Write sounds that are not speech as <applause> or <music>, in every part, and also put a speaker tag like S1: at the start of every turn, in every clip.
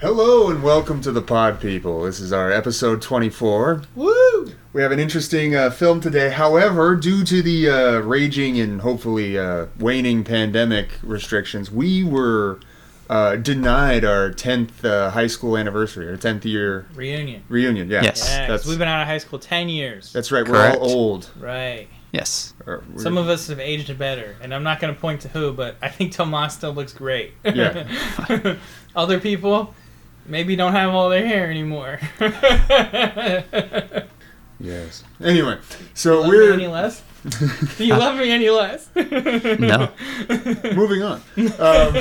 S1: Hello and welcome to the Pod People. This is our episode 24.
S2: Woo!
S1: We have an interesting uh, film today. However, due to the uh, raging and hopefully uh, waning pandemic restrictions, we were uh, denied our 10th uh, high school anniversary, our 10th year
S2: Reunion.
S1: reunion. Yeah.
S3: Yes.
S2: Yeah, 'cause
S1: That's,
S2: we've been out of high school ten years.
S1: that's right. We're
S3: Correct.
S1: all old.
S2: Right. <laughs>
S3: Yes.
S1: Or we're-
S2: Some of us have aged better, and I'm not going to point to who, but I think Tomas still looks great.
S1: Yeah.
S2: <laughs> Other people maybe don't have all their hair anymore. <laughs>
S1: Yes. Anyway, so
S2: love
S1: we're
S2: me any less? Do you love me any less? <laughs>
S3: No.
S1: moving on. Um,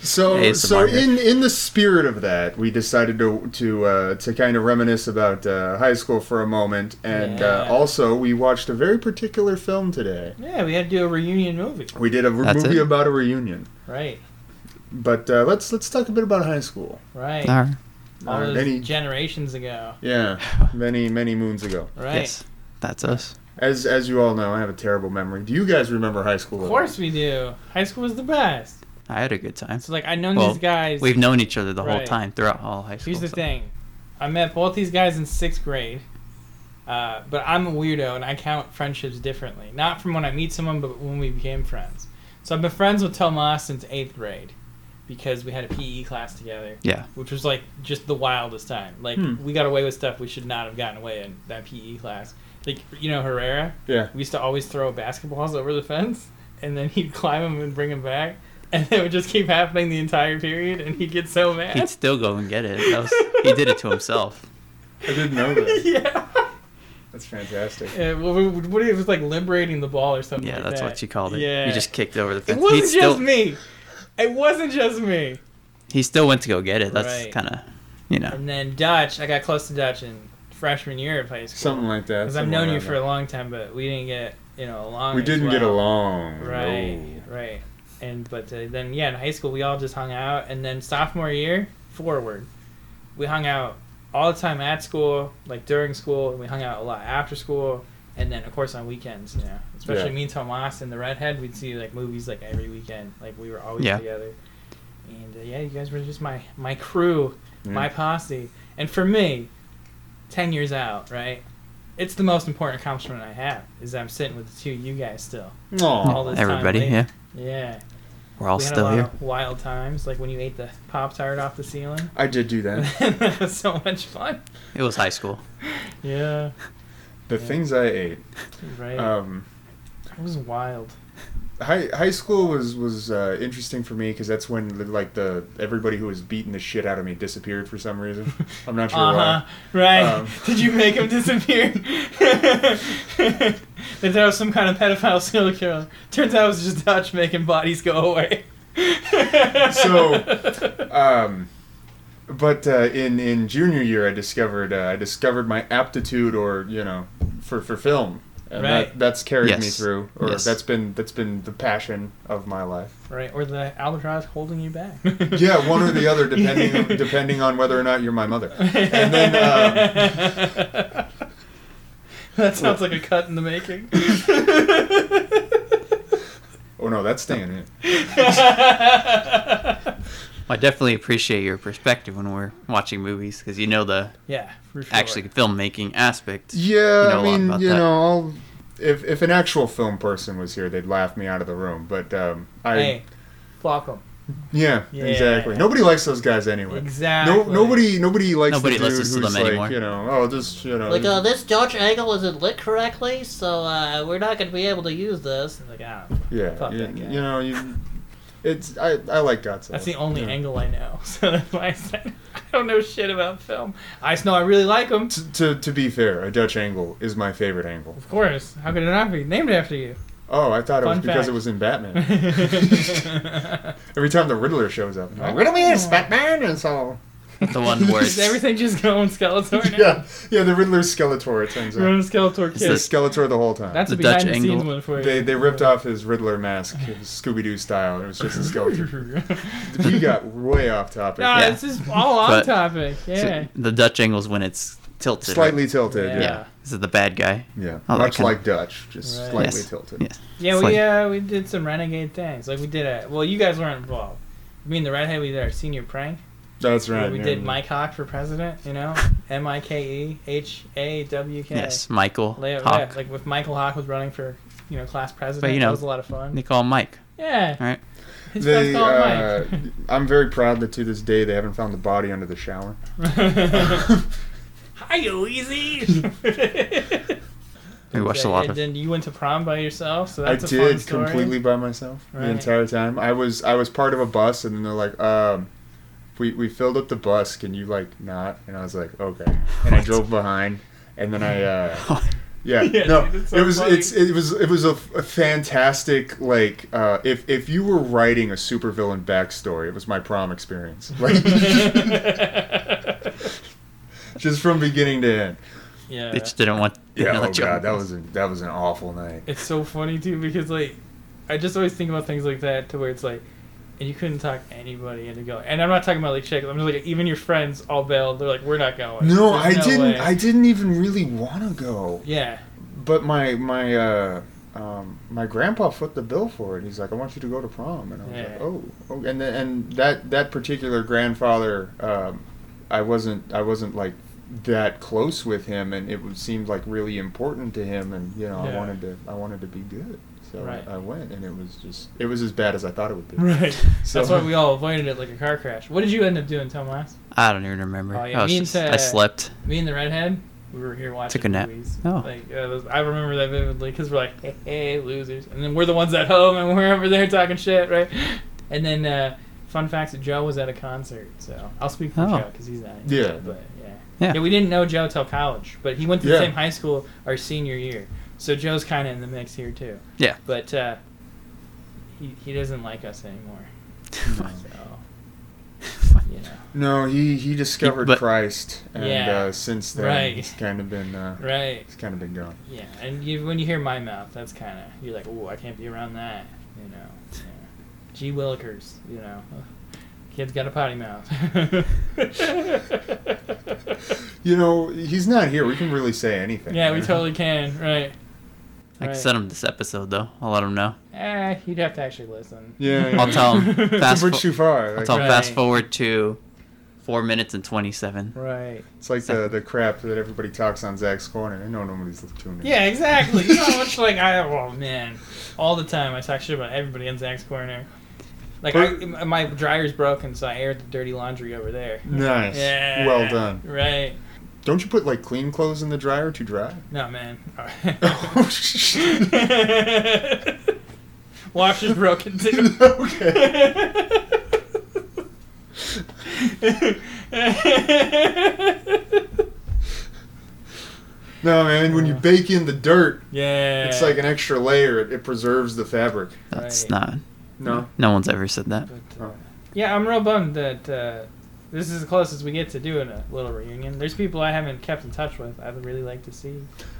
S1: so,
S3: Hey, it's a
S1: so
S3: market.
S1: in in the spirit of that, we decided to to uh, to kind of reminisce about uh, high school for a moment, and
S2: Yeah.
S1: uh, also we watched a very particular film today.
S2: yeah, we had to do a reunion movie.
S1: We did a re-
S3: That's
S1: movie
S3: it?
S1: about a reunion,
S2: Right.
S1: but uh, let's let's talk a bit about high school.
S2: Right.
S3: Alright.
S1: uh,
S2: all those
S1: any-
S2: generations ago.
S3: <laughs>
S1: Yeah, many many moons ago.
S2: Right.
S3: Yes. That's us.
S1: As as you all know, I have a terrible memory. Do you guys remember high school? at
S2: Of
S1: all?
S2: course we do. High school was the best.
S3: I had a good time.
S2: So like I've known
S3: Well,
S2: these guys.
S3: We've known each other the whole
S2: Right.
S3: time throughout all high school.
S2: Here's the
S3: so-
S2: thing. I met both these guys in sixth grade, uh, but I'm a weirdo and I count friendships differently. Not from when I meet someone, but when we became friends. So I've been friends with Tomas since eighth grade because we had a PE class together,
S3: Yeah.
S2: which was like just the wildest time. Like,
S1: Hmm.
S2: we got away with stuff we should not have gotten away in that PE class. Like, you know, Herrera?
S1: Yeah.
S2: We used to always throw basketballs over the fence, <laughs> and then he'd climb them and bring them back. And <laughs> it would just keep happening the entire period, and he'd get so mad.
S3: He'd still go and get it. That was- he did it to himself.
S2: <laughs>
S1: I
S3: <laughs>
S1: didn't know that.
S2: yeah.
S1: That's fantastic.
S2: Yeah, well, we- what if it was like liberating the ball or something?
S3: Yeah,
S2: like
S3: that's
S2: that.
S3: what you called it.
S2: Yeah.
S3: You just kicked over the
S2: It
S3: fence.
S2: wasn't
S3: he
S2: just
S3: still
S2: me. It wasn't just me.
S3: he still went to go get it. That's
S2: Right.
S3: kind of, you know.
S2: And then Dutch, I got close to Dutch in freshman year of high school
S1: Something like that.
S2: because I've known
S1: somewhere
S2: you
S1: around
S2: for a long time, but we didn't get you know along.
S1: We
S2: as
S1: didn't get
S2: well.
S1: along.
S2: Right,
S1: no.
S2: right. And but uh, then yeah, in high school we all just hung out, and then sophomore year forward, we hung out all the time at school, like during school, and we hung out a lot after school, and then of course on weekends. You know, especially
S1: Yeah.
S2: me, Tomas, and the redhead, we'd see like movies like every weekend. Like we were always
S3: Yeah.
S2: together. And uh, yeah, you guys were just my my crew,
S1: Mm.
S2: my posse, and for me, ten years out, right. It's the most important accomplishment I have is I'm sitting with the two of you guys still. all
S1: Aw.
S2: this time
S3: Everybody,
S2: later.
S3: yeah.
S2: Yeah.
S3: We're all
S2: we had a
S3: still
S2: lot
S3: here.
S2: of wild times, like when you ate the Pop Tart off the ceiling. <laughs>
S1: I did do that.
S2: that was so much fun.
S3: It was high school.
S2: Yeah.
S1: The
S2: Yeah.
S1: things I ate.
S2: Right.
S1: Um,
S2: it was wild.
S1: high high school was was uh, interesting for me because that's when like the everybody who was beating the shit out of me disappeared for some
S2: <laughs>
S1: reason. I'm not sure
S2: Uh huh. Right.
S1: Um.
S2: <laughs> Did you make him disappear? <laughs> they thought it was some kind of pedophile serial killer. Turns out it was just Dutch making bodies go away.
S1: So- why. Um, but uh, in in junior year, I discovered uh, I discovered my aptitude or you know for for film. And that,
S2: Right.
S1: that's carried me
S3: Yes.
S1: through, or
S3: Yes.
S1: that's been that's been the passion of my life.
S2: <laughs> right, or the albatross holding you back.
S1: <laughs> Yeah, one or the other,
S2: <laughs>
S1: depending on, depending on whether or not you're my mother. And then, um,
S2: that sounds like a cut in the
S3: <laughs>
S2: making.
S1: Oh no, that's staying in.
S3: I definitely appreciate your perspective when we're watching movies because you know the
S2: yeah, for sure.
S3: actually filmmaking aspect.
S1: Yeah,
S3: You know a
S1: I
S3: lot
S1: mean,
S3: about
S1: you
S3: that.
S1: know, I'll, if if an actual film person was here, they'd laugh me out of the room. But um, I,
S2: hey, fuck 'em.
S1: yeah,
S2: Yeah.
S1: exactly. Nobody likes those guys anyway.
S2: Exactly.
S1: No, nobody, nobody likes.
S3: Nobody
S1: the dude
S3: listens to
S1: who's
S3: them
S1: like,
S3: anymore.
S1: You know, oh, this, you know,
S4: Like, uh, this Dutch angle isn't lit correctly, so uh, we're not going to be able to use this.
S2: Like, ah,
S1: yeah,
S2: fuck
S1: you,
S2: that guy.
S1: you know, you, it's I, I like Godzilla.
S2: that's the only
S1: Yeah.
S2: angle I know. <laughs> So that's why I said I don't know shit about film. I just know I really like them.
S1: T- To, to be fair, a Dutch angle is my favorite angle.
S2: Of course. How could it not be named after
S3: <laughs>
S2: you?
S1: Oh, I thought it was
S2: Fun
S1: because
S2: fact.
S1: it was in
S2: <laughs>
S1: Batman.
S2: Does
S1: Every time the Riddler shows up, I'm like, Batman, and so
S3: The one where it's,
S2: everything <laughs> just go on Skeletor now?
S1: <laughs> yeah, yeah, the Riddler's Skeletor. It turns out.
S2: We're on Skeletor
S1: It's
S3: Is
S2: kid.
S3: this-
S1: Skeletor the whole time.
S2: That's
S3: The
S2: a behind
S3: Dutch
S2: the scenes
S3: angle.
S2: one for you.
S1: they they ripped off his Riddler mask, Scooby Doo style. and It was
S2: <laughs>
S1: just a Skeletor.
S3: <laughs>
S1: we got way off topic.
S2: No,
S3: Yeah.
S2: this is all off
S3: But-
S2: topic. Yeah.
S3: the Dutch angles when it's tilted. right?
S1: Slightly tilted.
S2: Yeah.
S1: Yeah.
S3: Yeah. Is it the bad guy?
S1: Yeah.
S3: Oh, that
S1: Much
S3: kinda-
S1: like Dutch, just
S2: Right.
S1: slightly
S3: Yes.
S1: tilted.
S3: Yes.
S2: Yeah,
S3: It's
S2: we
S3: like-
S2: uh, we did some renegade things. Like we did a well, you guys weren't involved. I mean, the redhead we did our senior prank.
S1: That's
S2: where
S1: right.
S2: we
S1: yeah.
S2: did Mike Hawk for president. You know, M I K E H A W K.
S3: Yes, Michael
S2: Lay-
S3: Hawk.
S2: yeah, like with Michael Hawk was running for you know class president.
S3: But, you know-
S2: that was a lot of fun.
S3: They call him Mike.
S2: Yeah.
S3: All right.
S2: His friends
S1: They,
S2: call him
S1: uh,
S2: Mike.
S1: I'm very proud that to this day they haven't found the body under the shower.
S2: <laughs>
S1: <laughs>
S2: Hi, Easy.
S3: <laughs> We watched a lot
S2: And
S3: of. <laughs>
S2: then you went to prom by yourself, so
S1: I
S2: that's a fun
S1: did
S2: story.
S1: completely by myself
S2: Right.
S1: the entire time. I was I was part of a bus, and then they're like, um, "We we filled up the bus. Can you like not?" And I was like, "Okay." And I
S3: What?
S1: drove behind, and then I uh, yeah,
S2: <laughs> Yeah,
S1: no,
S2: dude, it's so
S1: it was
S2: funny.
S1: it's it was it was a, f- a fantastic like uh, if if you were writing a supervillain backstory, it was my prom experience, <laughs>
S2: <laughs>
S1: like just from beginning to end.
S2: yeah.
S3: They just didn't want.
S1: Yeah,
S3: didn't
S1: oh
S3: let you-
S1: god, that was an, that was an awful night.
S2: It's so funny too because like I just always think about things like that to where it's like and you couldn't talk anybody into going. And I'm not talking about like chicks. I'm just like even your friends all bailed. They're like, we're not going.
S1: No,
S2: There's
S1: I didn't.
S2: way."
S1: I didn't even really want to go.
S2: yeah.
S1: But my my uh, um, my grandpa foot the bill for it. He's like, I want you to go to prom, and I was like,
S2: Yeah.
S1: oh, oh. and then, and that that particular grandfather, um, I wasn't I wasn't like that close with him, and it was, seemed like really important to him, and you know I
S2: Yeah.
S1: wanted to I wanted to be good, so
S2: Right.
S1: I, I went, and it was just it was as bad as I thought it would be.
S2: Right.
S1: So-
S2: That's why we all avoided it like a car crash. What did you end up doing, Tomas?
S3: I don't even remember.
S2: Oh, yeah,
S3: I, was
S2: me
S3: just-
S2: and,
S3: I
S2: uh,
S3: slept.
S2: Me and the redhead, we were here watching
S3: Took a nap.
S2: movies.
S3: Oh.
S2: Like, uh, those- I remember that vividly because we're like, hey, hey, losers. And then we're the ones at home and we're over there talking shit, right? And then, uh, fun fact, Joe was at a concert. So I'll speak for
S3: Oh.
S2: Joe because he's not.
S1: Yeah.
S2: But, yeah.
S3: Yeah.
S2: we didn't know Joe till college, but he went to
S1: Yeah.
S2: the same high school our senior year. So Joe's kind of in the mix here, too.
S3: Yeah. <laughs>
S2: But uh, he, he doesn't like us anymore. So, you know.
S1: No, he he discovered
S3: But-
S1: Christ, and
S2: Yeah.
S1: uh, since then
S2: Right.
S1: he's kind of been uh,
S2: Right.
S1: he's kind of been gone.
S2: Yeah, and you, when you hear my mouth, that's kind of you're like, oh, I can't be around that, you know. Yeah. G Willikers, you know, kid's got a potty mouth. <laughs>
S1: You know, he's not here. We can really say anything.
S2: yeah, we totally can, right?
S3: I can
S2: Right.
S3: send him this episode though. I'll let him know.
S2: Eh, you'd have to actually listen.
S1: Yeah, yeah.
S3: I'll tell him.
S1: <laughs> Fast
S3: Fast
S1: we're
S3: fo-
S1: too far.
S3: I'll
S1: Like,
S3: tell him fast
S2: Right.
S3: forward to four minutes and twenty-seven.
S2: Right.
S1: it's like the, the crap that everybody talks on Zach's corner. I know nobody's tuning. in.
S2: Yeah, exactly. You know how much like I oh man, all the time I talk shit about everybody on Zach's corner. Like
S1: But-
S2: I, my dryer's broken, so I aired the dirty laundry over there.
S1: Nice.
S2: Yeah.
S1: Well done.
S2: Right.
S1: Don't you put like clean clothes in the dryer to
S2: <laughs>
S1: dry? <laughs>
S2: No, man. <laughs>
S1: Oh, shit.
S2: Washer's broken too.
S1: <laughs> okay. No, man. When you
S2: Yeah.
S1: bake in the dirt,
S2: <laughs> yeah.
S1: it's like an extra layer. It, it preserves the fabric.
S3: That's
S2: Right.
S3: not.
S1: No.
S3: No one's ever said that.
S2: But, uh,
S1: Oh.
S2: yeah, I'm real bummed that uh, this is the closest we get to doing a little reunion. There's people I haven't kept in touch with. I'd really like to see.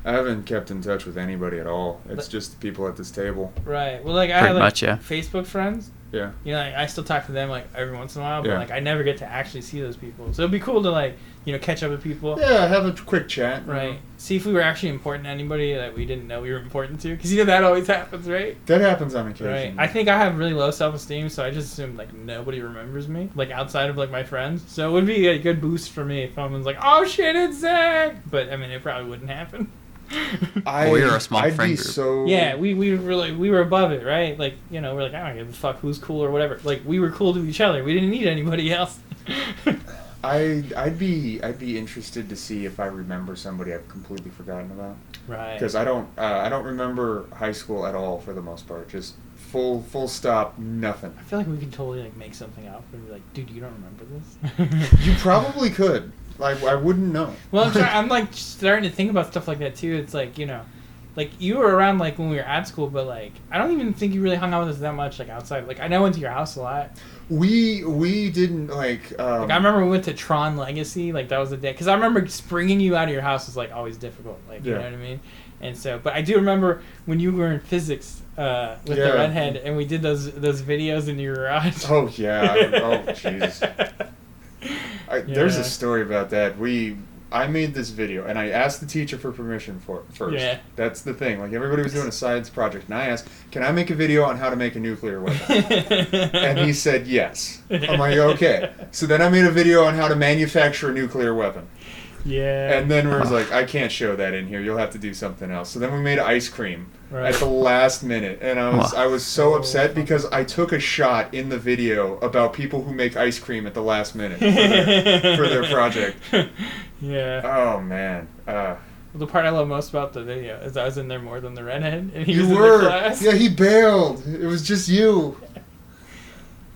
S1: I haven't kept in touch with anybody at all. It's
S2: But-
S1: just the people at this table.
S2: Right. Well, like I
S3: Pretty
S2: have like,
S3: much, yeah.
S2: Facebook friends.
S1: Yeah.
S2: You know, like, I still talk to them like every once in a while, but
S1: Yeah.
S2: like I never get to actually see those people. So it'd be cool to like you know catch up with people.
S1: Yeah, have a quick chat.
S2: Right. See if we were actually important to anybody that we didn't know we were important to. Because you know that always happens, right?
S1: That happens on
S2: Right.
S1: occasion.
S2: I think I have really low self esteem, so I just assume like nobody remembers me, like outside of like my friends. So it would be a good boost for me if someone's like, "Oh shit, it's Zach," but I mean, it probably wouldn't happen.
S1: I,
S3: We're a small
S1: I'd
S3: friend
S1: be
S3: group.
S1: so
S2: <laughs> yeah, we we really we were above it, right? Like you know, we're like, I don't give a fuck who's cool or whatever. Like we were cool to each other. We didn't need anybody else. <laughs>
S1: I I'd be I'd be interested to see if I remember somebody I've completely forgotten about
S2: right.
S1: because I don't uh, I don't remember high school at all for the most part. Just full full stop nothing.
S2: I feel like we could totally like make something up and be like, dude, you don't remember this? <laughs>
S1: You probably could. Like I wouldn't know.
S2: Well,
S1: <laughs>
S2: I'm, try- I'm like starting to think about stuff like that too. It's like you know, like you were around like when we were at school, but like I don't even think you really hung out with us that much like outside. Like I know I went to your house a lot.
S1: we we didn't like. Um,
S2: Like I remember we went to Tron Legacy. Like that was the day because I remember springing you out of your house was like always difficult. Like you
S1: Yeah.
S2: know what I mean. And so, but I do remember when you were in physics uh, with
S1: Yeah.
S2: the redhead, and we did those those videos in your garage.
S1: Oh
S2: <laughs>
S1: yeah. I- oh Jesus. I, There's
S2: Yeah.
S1: a story about that. We I made this video and I asked the teacher for permission for it first.
S2: Yeah.
S1: That's the thing. Like everybody was doing a science project, and I asked, "Can I make a video on how to make a nuclear weapon?"
S2: <laughs>
S1: and he said, "Yes." I'm like, "Okay." So then I made a video on how to manufacture a nuclear weapon,
S2: yeah.
S1: and then we was like, "I can't show that in here. You'll have to do something else." So then we made ice cream
S2: Right.
S1: at the last minute, and I was
S3: Wow.
S1: I was so upset because I took a shot in the video about people who make ice cream at the last
S2: <laughs>
S1: minute. for their- for their project.
S2: yeah.
S1: oh man. Uh,
S2: the part I love most about the video is I was in there more than the redhead, and he
S1: you
S2: was in the
S1: were.
S2: class.
S1: Yeah, he bailed. It was just you.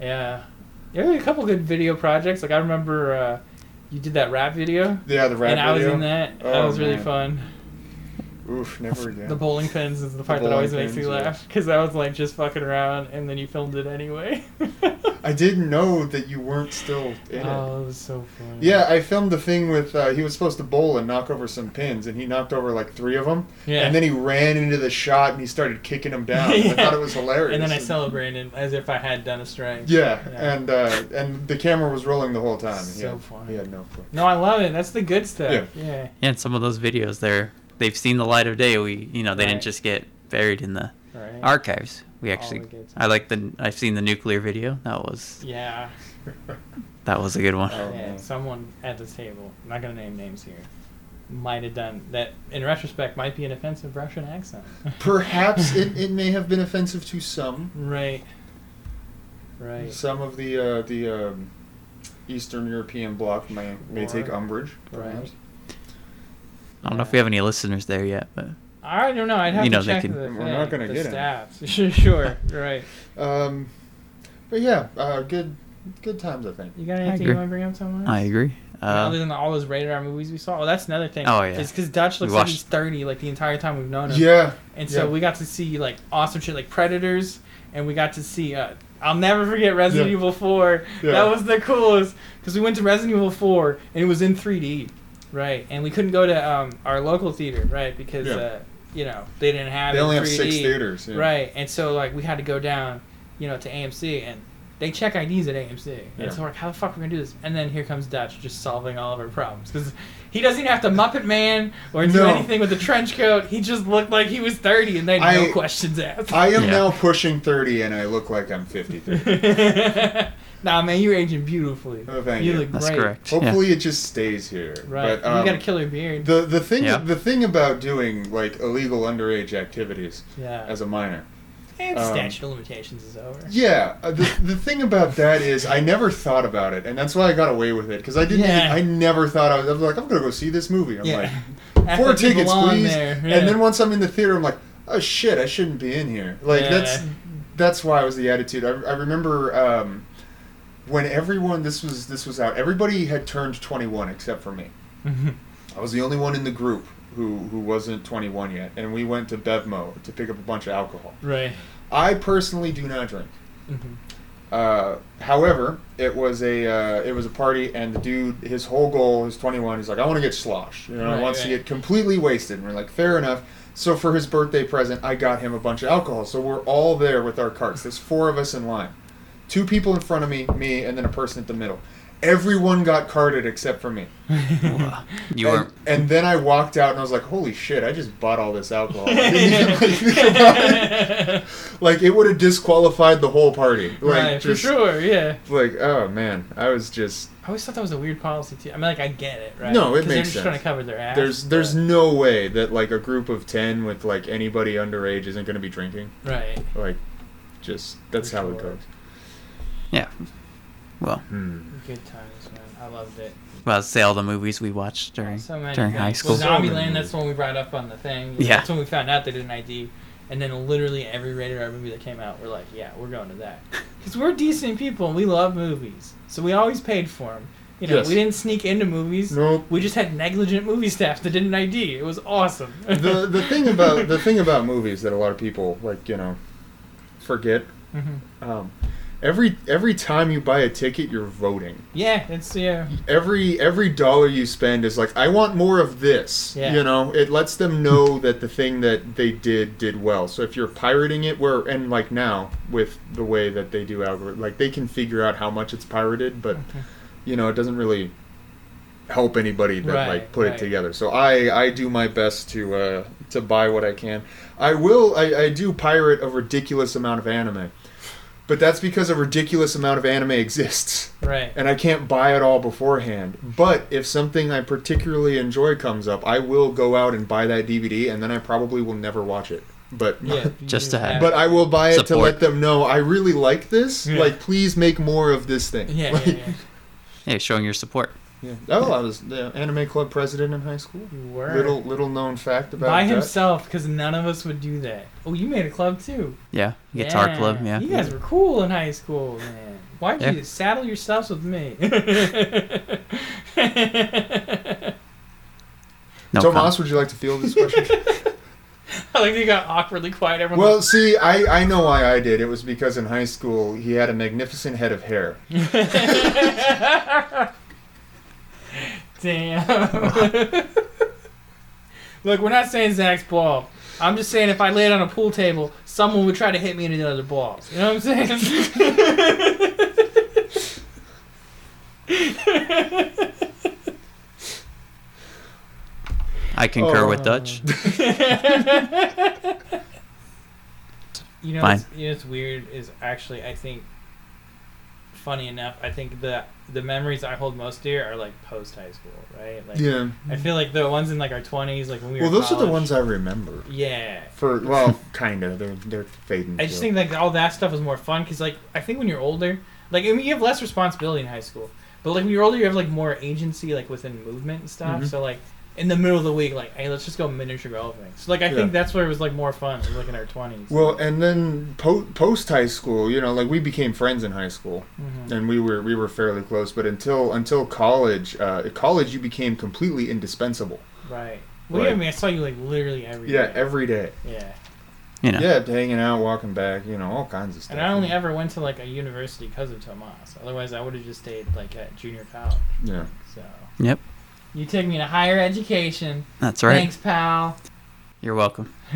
S2: Yeah. There were a couple good video projects. Like I remember uh, you did that rap video,
S1: Yeah, the rap
S2: and I was
S1: video.
S2: in that. that
S1: Oh,
S2: was really
S1: man.
S2: fun.
S1: Oof, never again.
S2: The bowling pins is the part that
S1: bowling
S2: always makes me
S1: pins, yeah.
S2: laugh because I was like just fucking around, and then you filmed it anyway. <laughs>
S1: I didn't know that you weren't still in it.
S2: Oh, it was so funny.
S1: Yeah, I filmed the thing with uh, he was supposed to bowl and knock over some pins, and he knocked over like three of them.
S2: Yeah.
S1: And then he ran into the shot and he started kicking them
S2: <laughs>
S1: down.
S2: Yeah.
S1: I thought it was hilarious.
S2: And then I celebrated as if I had done a strike.
S1: Yeah,
S2: Yeah.
S1: and uh, and the camera was rolling the whole time. He
S2: So
S1: had-
S2: funny.
S1: He had no clue.
S2: No, I love it. That's the good stuff. Yeah.
S3: Yeah, and some of those videos there, they've seen the light of day. We, you know, they
S2: Right.
S3: didn't just get buried in the
S2: Right.
S3: archives. We
S2: All
S3: actually,
S2: the good stuff.
S3: I like the, I've seen the nuclear video. That was,
S2: yeah.
S3: that was a good one.
S1: Oh,
S2: yeah.
S1: man.
S2: Someone at this table, I'm not gonna name names here, might have done that. In retrospect, might be an offensive Russian accent.
S1: <laughs>
S2: <laughs>
S1: Perhaps it, it may have been offensive to some.
S2: right. Right.
S1: Some of the uh, the um, Eastern European bloc may may
S2: Sure.
S1: take umbrage.
S2: Right.
S1: perhaps.
S3: I don't know if we have any listeners there yet, but
S2: I don't know. I'd have
S3: You know,
S2: to
S3: they
S2: check
S3: can-
S2: the.
S1: We're not
S2: thing,
S1: gonna
S2: the
S1: get it.
S2: stats. <laughs> Sure, sure. Right.
S1: Um, but yeah, uh, good good times I think.
S2: You got
S3: I
S2: anything
S3: agree.
S2: you want to bring up, someone?
S3: I agree.
S2: other
S3: Uh,
S2: than all those rated R movies we saw, oh, that's another thing.
S3: Oh, yeah.
S2: It's because Dutch looks
S3: We
S2: like
S3: watched-
S2: he's thirty, like the entire time we've known him.
S1: Yeah,
S2: And so
S1: Yeah.
S2: we got to see like awesome shit like Predators, and we got to see. Uh, I'll never forget Resident
S1: Yeah.
S2: Evil Four.
S1: Yeah.
S2: That was the coolest because we went to Resident Evil Four and it was in 3D, right? And we couldn't go to um, our local theater, right? Because
S1: Yeah.
S2: uh, you know they didn't have.
S1: they
S2: it in
S1: only have
S2: 3D,
S1: six theaters. yeah.
S2: Right, and so like we had to go down, you know, to AMC and. They check IDs at AMC,
S1: Yeah.
S2: and so we're like, "How the fuck are we gonna do this?" And then here comes Dutch, just solving all of our problems because he doesn't even have to Muppet Man or do
S1: No.
S2: anything with a trench coat. He just looked like he was thirty, and they had
S1: I-
S2: no questions asked.
S1: I am
S3: Yeah.
S1: now pushing thirty, and I look like I'm
S3: <laughs>
S1: fifty-three.
S2: <laughs> nah, man, you're aging beautifully.
S1: Oh, thank
S2: you
S1: you.
S2: look
S3: that's
S2: great.
S3: correct.
S1: Hopefully, it just stays here.
S2: Right,
S1: But, um,
S2: you got a killer beard.
S1: the the thing
S3: Yeah.
S1: the thing about doing like illegal underage activities
S2: yeah,
S1: as a minor.
S2: and
S1: um,
S2: statute of limitations is over.
S1: Yeah, uh, the, the thing about that is I never thought about it, and that's why I got away with it because I didn't.
S2: Yeah.
S1: I never thought I was, I was like I'm gonna go see this movie. I'm
S2: <laughs>
S1: like
S2: Act
S1: four
S2: like you
S1: tickets,
S2: belong
S1: please.
S2: there, yeah.
S1: And then once I'm in the theater, I'm like, oh shit, I shouldn't be in here. Like
S2: Yeah.
S1: that's that's why it was the attitude. I, I remember um, when everyone this was this was out. Everybody had turned 21 except for me. I was the only one in the group who who wasn't 21 yet, and we went to Bevmo to pick up a bunch of alcohol.
S2: <laughs> right.
S1: I personally do not drink.
S2: Mhm.
S1: Uh, however, it was a uh, it was a party, and the dude, his whole goal is 21. He's like, I want to get sloshed. You know,
S2: Right,
S1: he wants
S2: right.
S1: to get completely wasted. And we're like, fair enough. So for his birthday present, I got him a bunch of alcohol. So we're all there with our carts. There's four of us in line, two people in front of me, me, and then a person at the middle. Everyone got carded except for me.
S3: You
S1: and,
S3: were
S1: and then I walked out and I was like, holy shit, I just bought all this
S2: <laughs>
S1: alcohol. <laughs> I didn't even, like,
S2: Mm-hmm.
S1: <laughs> think about it. Like, it would have disqualified the whole party. Like,
S2: right, for
S1: just-
S2: sure, yeah.
S1: Like, oh man, I was just.
S2: I always thought that was a weird policy too. I mean, like I get it, right?
S1: No, it
S2: 'Cause They're
S1: makes
S2: just
S1: sense.
S2: trying to cover their ass.
S1: There's there's
S2: but-
S1: no way that like a group of ten with like anybody underage isn't going to be drinking.
S2: right.
S1: Like, just that's
S2: For
S1: how
S2: sure.
S1: it goes.
S3: yeah. Well,
S1: Hmm.
S2: Good times, man. I loved it.
S3: well, I'd say all the movies we watched during
S2: so many
S3: during high
S2: things.
S3: school.
S2: Well,
S1: So many
S2: Zombieland, that's the one we brought up on the thing.
S3: Yeah.
S2: That's when we found out they did an ID, and then literally every rated R movie that came out, we're like, yeah, we're going to
S3: <laughs>
S2: that because we're decent people and we love movies, so we always paid for them. You know,
S1: Yes.
S2: we didn't sneak into movies.
S1: Nope.
S2: We just had negligent movie staff that did an ID. It was awesome.
S1: the the
S2: <laughs>
S1: thing about the thing about movies that a lot of people like you know forget.
S2: Mhm.
S1: Um, every every time you buy a ticket, you're voting.
S2: yeah, it's yeah.
S1: Every every dollar you spend is like I want more of this.
S2: Yeah.
S1: You know, it lets them know <laughs> that the thing that they did did well. So if you're pirating it, where and like now with the way that they do algorithm, like they can figure out how much it's pirated, but you know it doesn't really help anybody that
S2: Right,
S1: like put it
S2: right.
S1: together. So I I do my best to uh, to buy what I can. I will I, I do pirate a ridiculous amount of anime, but that's because a ridiculous amount of anime exists
S2: Right.
S1: and I can't buy it all beforehand. But if something I particularly enjoy comes up, I will go out and buy that DVD, and then I probably will never watch it. But
S2: <laughs> Yeah. if you
S3: Just to have-
S1: but I will buy it to
S3: Support.
S1: let them know I really like this.
S2: Yeah.
S1: Like, please make more of this thing.
S2: <laughs> Yeah,
S1: Like,
S2: yeah, yeah. <laughs>
S3: Hey, showing your support.
S1: yeah. Oh, I was the anime club president in high school.
S2: You were
S1: Little little known fact about
S2: by
S1: that.
S2: himself because none of us would do that. Oh, you made a club too.
S3: Yeah, guitar club. Yeah,
S2: You guys were cool in high school, man. Why'd
S3: Yeah.
S2: you saddle yourselves with me? <laughs>
S3: no
S1: Tomas, would you like to field this question?
S2: <laughs> I like you got awkwardly quiet. Everyone.
S1: well, see, I, I know why I did. It was because in high school he had a magnificent head of hair.
S2: Damn. Look, we're not saying Zach's ball. I'm just saying if I laid on a pool table, someone would try to hit me into the other balls. You know what I'm
S3: comment. I concur
S1: Oh.
S3: with Dutch.
S2: saying? <laughs> you know,
S3: Fine.
S2: what's, you know what's weird is actually I think, funny enough, I think the the memories I hold most dear are like post high school, right? Like
S1: Yeah.
S2: I feel like the ones in like our 20s, like when we
S1: Well,
S2: were. in
S1: those are the
S2: college-
S1: ones I remember.
S2: Yeah.
S1: For <laughs> well, kind of. They're they're fading.
S2: I just think like all that stuff is more fun because like I think when you're older, like I mean you have less responsibility in high school, but like when you're older you have like more agency like within movement and stuff.
S1: Mhm.
S2: So like in the middle of the week, like hey let's just go miniature golfing. So like I
S1: Yeah.
S2: think that's where it was like more fun was, like in our twenties.
S1: Well, and then po- post high school, you know, like we became friends in high school,
S2: Mhm.
S1: and we were we were fairly close. But until until college, uh, at college you became completely indispensable.
S2: right. Well,
S1: Right.
S2: yeah, I mean I saw you like literally every
S1: Yeah,
S2: day.
S1: every day.
S2: yeah.
S3: You
S1: <laughs>
S3: know,
S1: Yeah. hanging out, walking back, you know, all kinds of stuff.
S2: And I only ever went to like a university because of Tomas. Otherwise, I would have just stayed like at junior college.
S1: Yeah.
S2: So.
S3: Yep.
S2: You took me to higher education.
S3: that's right.
S2: Thanks, pal.
S3: You're welcome. <laughs>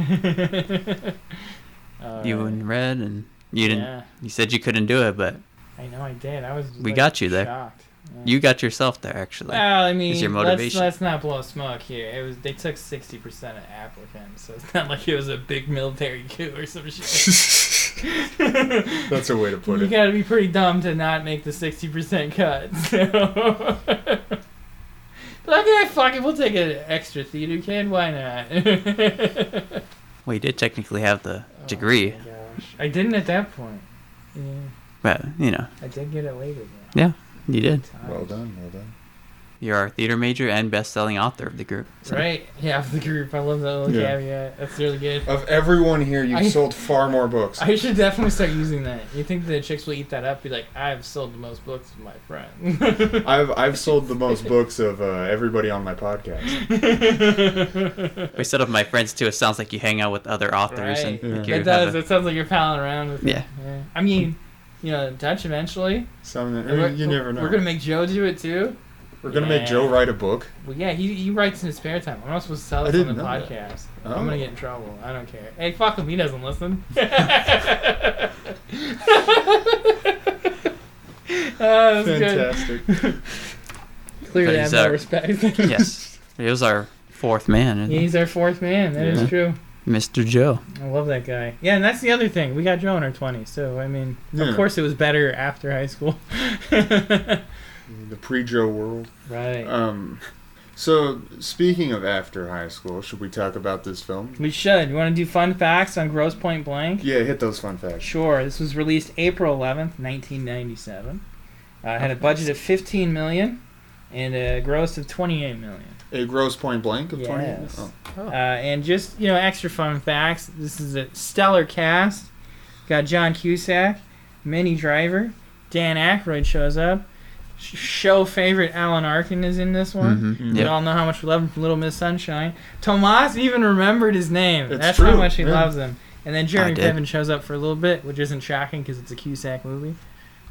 S3: you
S2: Alright.
S3: and Red, and you didn't.
S2: Yeah,
S3: You said you couldn't do it, but
S2: I know I did. I was.
S3: We
S2: like,
S3: got you there.
S2: Shocked. Yeah.
S3: you got yourself there actually.
S2: Well, I mean,
S3: your
S2: let's,
S3: motivation.
S2: let's not blow smoke here. It was they took sixty percent of applicants, so it's not <laughs> like it was a big military coup or some
S3: <laughs>
S2: shit. <laughs>
S1: That's a way to put
S2: you
S1: it.
S2: gotta be pretty dumb to not make the sixty percent cut. <laughs> So. But okay, fuck it. We'll take an extra theater kid. Why <laughs> not?
S3: Well, you did technically have the degree,
S2: Oh my gosh. I didn't at that point. Yeah,
S3: but you know,
S2: I did get it later. though.
S3: you did.
S1: Well done, well done.
S3: You're our theater major and best-selling author of the group. So,
S2: Right? Yeah, <laughs> of the group. I love that little
S1: Yeah.
S2: caveat. That's really good.
S1: Of everyone here, you've
S2: I- <laughs>
S1: sold far more books.
S2: I should definitely start using that. You think the chicks will eat that up? Be like, I've sold the most books to my friend. <laughs>
S1: I've I've sold the most books of uh, everybody on my podcast.
S3: We set up my friends too. It sounds like you hang out with other authors,
S2: Right.
S3: and
S1: Yeah.
S3: like you
S2: It
S3: have
S2: does.
S3: a-
S2: It sounds like you're palling around with
S3: Yeah.
S2: it. Yeah. I mean, you know, Dutch eventually.
S1: Some you, you never know.
S2: We're going to make Joe do it too.
S1: make
S2: Yeah.
S1: Joe write a book.
S2: Well, yeah, he, he writes in his spare time. I'm not supposed to sell
S1: I
S2: this on the
S1: didn't know that.
S2: podcast. I'm
S1: Oh.
S2: going to get in trouble. I don't care. Hey, fuck him. He
S1: <laughs>
S2: doesn't listen. <laughs> Oh, that's good.
S1: Fantastic.
S2: Clearly, I have
S3: He's
S2: no
S3: our-
S2: respect.
S3: <laughs> yes, he was our fourth man,
S2: <laughs>
S3: and
S2: He's our fourth man. That is
S3: Yeah.
S2: true.
S3: Mr. Joe.
S2: I love that guy. Yeah, and that's the other thing. We got Joe in our 20s, so I mean,
S1: Yeah.
S2: of course it was better after high school. <laughs>
S1: The pre-Joe world.
S2: right.
S1: Um, so speaking of after high school, should we talk about this film?
S2: we should. You want to do fun facts on Gross Point Blank?
S1: Yeah, hit those fun facts.
S2: Sure. This was released April 11th, 1997. Uh, it had a budget of 15 million and a gross of 28 million.
S1: A gross point blank of twenty.
S2: Yes.
S1: Oh.
S2: Uh, and just you know, extra fun facts. This is a stellar cast. Got John Cusack, Minnie Driver, Dan Aykroyd shows up. Sh- Show favorite Alan Arkin is in this one.
S3: Mm-hmm.
S2: We
S3: Yep.
S2: all know how much we love him from Little Miss Sunshine. Tomas even remembered his name.
S1: It's
S2: That's how
S1: true,
S2: much he
S1: yeah.
S2: loves him. And then Jeremy
S3: did.
S2: Piven shows up for a little bit, which isn't shocking because it's a Cusack movie.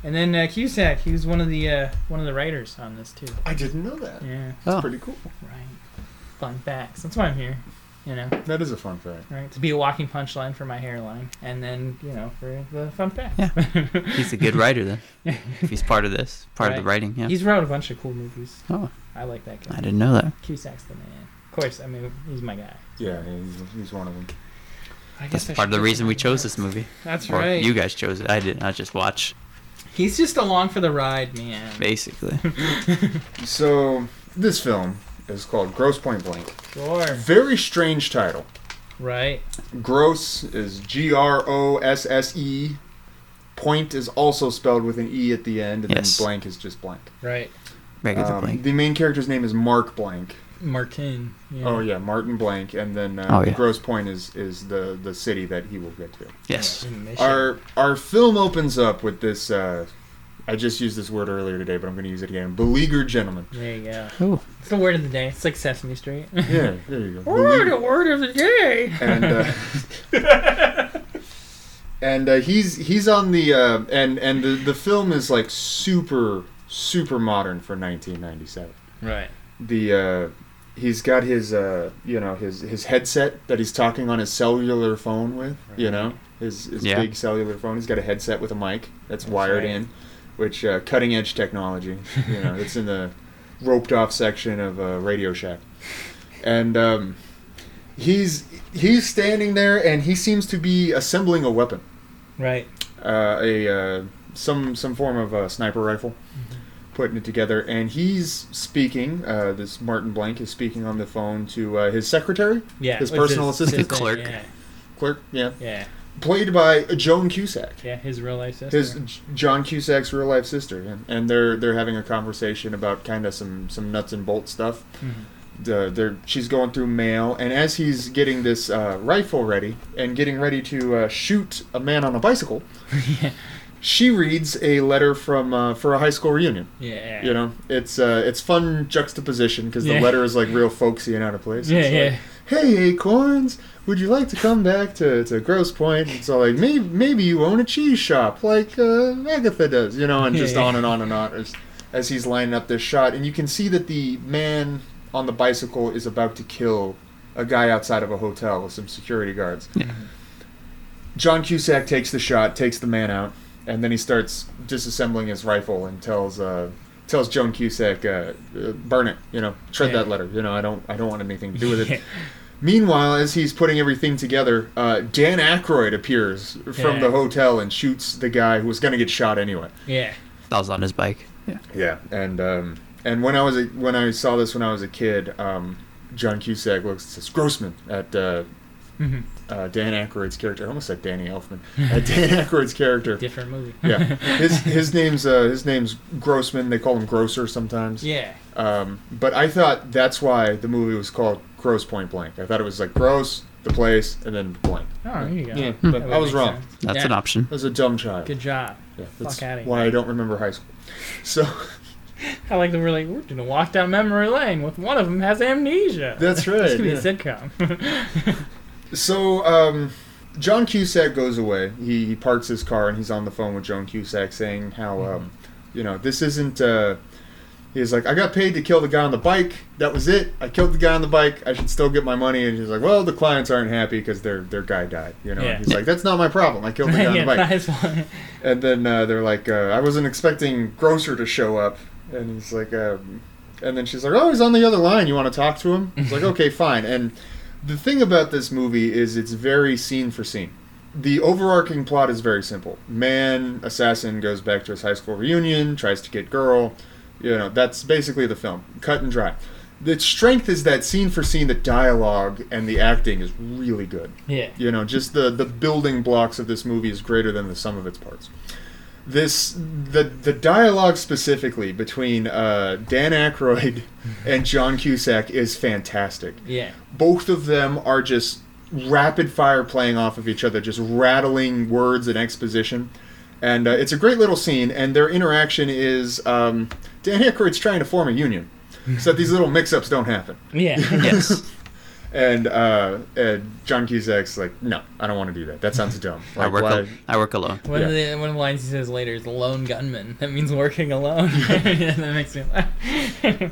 S2: And then uh, Cusack, he was one of the uh, one of the writers on this too.
S1: I didn't know that. That's
S2: Yeah,
S3: Oh.
S1: pretty cool.
S2: right. Fun facts. That's why I'm here. You know,
S1: That is a fun fact.
S2: right? To be a walking punchline for my hairline, and then you know for the fun fact.
S3: Yeah. He's a good writer then.
S2: <laughs>
S3: If he's part of this, part of the
S2: Right.
S3: writing. Yeah.
S2: He's wrote a bunch of cool movies.
S3: Oh.
S2: I like that
S3: I
S2: guy.
S3: didn't know that.
S2: Cusack's the man. Of course, I mean he's my guy.
S1: Yeah, he's, he's one of them.
S2: I guess
S3: That's
S2: I
S3: part of the
S2: should-
S3: reason we chose this movie.
S2: That's
S3: Or
S2: right.
S3: You guys chose it. I didn't. I just watched,
S2: He's just along for the ride, man.
S3: basically.
S1: So this film is called Gross Point Blank.
S2: Sure.
S1: Very strange title.
S2: Right.
S1: Gross is G R O S S E. Point is also spelled with an E at the end, and
S3: Yes.
S1: then blank is just blank.
S2: Right.
S3: Regular
S1: Um,
S3: blank.
S1: The main character's name is Mark Blank.
S2: Martin. Yeah.
S1: Oh yeah, Martin Blank, and then uh,
S3: Oh, yeah.
S1: Gross Point is is the the city that he will get to.
S3: Yes.
S2: in Mission.
S1: Our our film opens up with this. Uh, I just used this word earlier today, but I'm going to use it again. Beleaguered gentleman.
S2: There you go.
S3: Ooh.
S2: It's the word of the day. It's like Sesame <laughs> Street.
S1: <laughs> Yeah, there you go.
S2: Word,
S1: Beleaguered.
S2: the word of the day.
S1: And uh, <laughs> and uh, he's he's on the uh, and and the the film is like super super modern for 1997.
S2: Right.
S1: the uh, he's got his uh, you know his his headset that he's talking on his cellular phone with you know his his
S3: Yeah.
S1: big cellular phone he's got a headset with a mic that's,
S2: That's
S1: wired
S2: right.
S1: in which uh, cutting edge technology you know it's in the roped off section of uh, Radio Shack and um, he's he's standing there and he seems to be assembling a weapon
S2: Right.
S1: uh, a uh, some some form of a sniper rifle, putting it together, and he's speaking. Uh, this Martin Blank is speaking on the phone to uh, his secretary,
S2: Yeah.
S1: His
S2: which
S1: personal assistant.
S3: Clerk.
S2: Yeah.
S1: clerk, yeah,
S2: Yeah.
S1: played by Joan Cusack,
S2: Yeah. His real life sister.
S1: his J- John Cusack's real life sister, and, and they're they're having a conversation about kind of some some nuts and bolts stuff.
S2: <laughs> Mhm.
S1: The, they're, she's going through mail, and as he's getting this uh, rifle ready and getting ready to uh, shoot a man on a bicycle,
S2: yeah.
S1: she reads a letter from uh, for a high school reunion.
S2: Yeah.
S1: You know, it's uh, it's fun juxtaposition because
S2: Yeah.
S1: the letter is like real folksy and
S2: <laughs>
S1: out of place.
S2: Yeah.
S1: It's like,
S2: Yeah.
S1: hey acorns, would you like to come back to, to Gross Point? And so like maybe maybe you own a cheese shop like uh, Agatha does, you know, and just
S2: Yeah.
S1: on and on and on as as he's lining up this shot, and you can see that the man on the bicycle is about to kill a guy outside of a hotel with some security guards.
S3: Yeah.
S1: John Cusack takes the shot, takes the man out, and then he starts disassembling his rifle and tells uh, tells Joan Cusack, uh, uh, "Burn it, you know, shred
S2: Yeah.
S1: that letter, you know, I don't I don't want anything to do with it."
S2: Yeah.
S1: Meanwhile, as he's putting everything together, uh, Dan Aykroyd appears from
S2: Yeah.
S1: the hotel and shoots the guy who was going to get shot anyway.
S2: Yeah. <laughs>
S3: I was on his bike. Yeah.
S1: Yeah, and um, and when I was a, when I saw this when I was a kid, um, John Cusack looks and says Grossman at uh,
S2: Mhm.
S1: uh, Dan Aykroyd's character. I almost said Danny
S2: <laughs>
S1: Elfman. At Dan Aykroyd's character.
S2: Different movie.
S1: Yeah, his his name's uh, his name's Grossman. They call him Grosser sometimes.
S2: <laughs> yeah.
S1: Um, but I thought that's why the movie was called Gross Point Blank. I thought it was like Gross, the place, and then blank.
S2: Oh, there you go.
S1: Yeah,
S2: That
S1: but
S2: would
S1: I was
S2: make
S1: wrong.
S2: sense.
S3: That's
S2: Yeah.
S3: an option.
S1: I was a dumb child.
S2: Good job.
S1: Yeah, that's
S2: outta here.
S1: why I don't remember high school. So
S2: I like that we're like we're gonna walk down memory lane with one of them has amnesia.
S1: that's right.
S2: This could be
S1: yeah.
S2: a sitcom. <laughs>
S1: So, um, John Cusack goes away. He, he parks his car and he's on the phone with Joan Cusack saying how, um,
S2: Mm-hmm.
S1: you know, this isn't. Uh, he's like, I got paid to kill the guy on the bike. That was it. I killed the guy on the bike. I should still get my money. And he's like, well, the clients aren't happy because their their guy died. You know,
S2: Yeah.
S1: he's like, that's not my problem. I killed
S2: <laughs>
S1: the guy on the
S2: yeah,
S1: bike.
S2: nice one. <laughs>
S1: And then uh, they're like, uh, I wasn't expecting Grocer to show up. And he's like, um, and then she's like, oh, he's on the other line. You want to talk to him? He's like, okay, fine. And the thing about this movie is it's very scene for scene. The overarching plot is very simple. Man, assassin, goes back to his high school reunion, tries to get girl. You know, that's basically the film. Cut and dry. The strength is that scene for scene, the dialogue and the acting is really good
S2: Yeah.
S1: you know just the the building blocks of this movie is greater than the sum of its parts this the the dialogue specifically between uh, Dan Aykroyd and John Cusack is fantastic.
S2: Yeah.
S1: Both of them are just rapid fire playing off of each other, just rattling words and exposition, and uh, it's a great little scene. And their interaction is um, Dan Aykroyd's trying to form a union so that these little mix-ups don't happen. <laughs>
S2: Yeah.
S3: Yes.
S1: And uh, and John Cusack's like, no, I don't want to do that. That sounds dumb.
S3: <laughs> I
S1: Like,
S3: work.
S1: why-
S3: Al- I work alone.
S2: <laughs> One, of
S1: Yeah.
S2: the, one of the lines he says later
S1: <laughs>
S2: is <laughs> "lone gunman." That means working alone. yeah, that makes me laugh.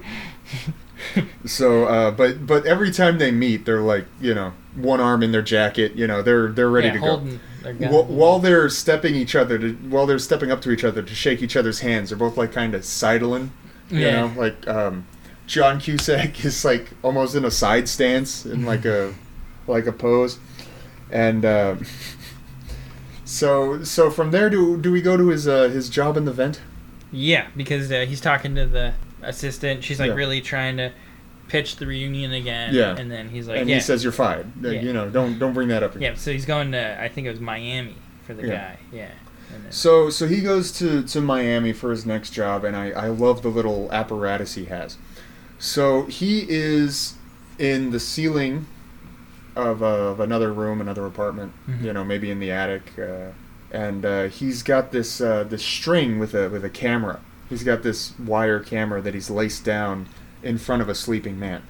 S1: So, uh, but but every time they meet, they're like you know one arm in their jacket. You know they're they're ready
S2: yeah,
S1: to go.
S2: holding their gun.
S1: Wh- while they're stepping each other to, while they're stepping up to each other to shake each other's hands, they're both like kind of sidling. You
S2: Yeah.
S1: know, like um, John Cusack <laughs> is like almost in a side stance
S2: Mm-hmm.
S1: in like a like a pose, and um, <laughs> so so from there do do we go to his uh, his job in the vent?
S2: Yeah, because uh, he's talking to the assistant. She's like
S1: Yeah.
S2: really trying to pitch the reunion again.
S1: Yeah.
S2: And then he's like,
S1: and
S2: yeah.
S1: he says you're fired. Uh,
S2: Yeah.
S1: You know, don't don't bring that up. again.
S2: yeah, so he's going to, I think it was Miami for the
S1: Yeah.
S2: guy. Yeah. And then, <laughs>
S1: So so he goes to, to Miami for his next job, and I, I love the little apparatus he has. So he is in the ceiling of, uh, of another room, another apartment,
S2: Mhm.
S1: you know, maybe in the attic, uh, and uh, he's got this uh, this string with a with a camera. He's got this wire camera that he's laced down in front of a sleeping man.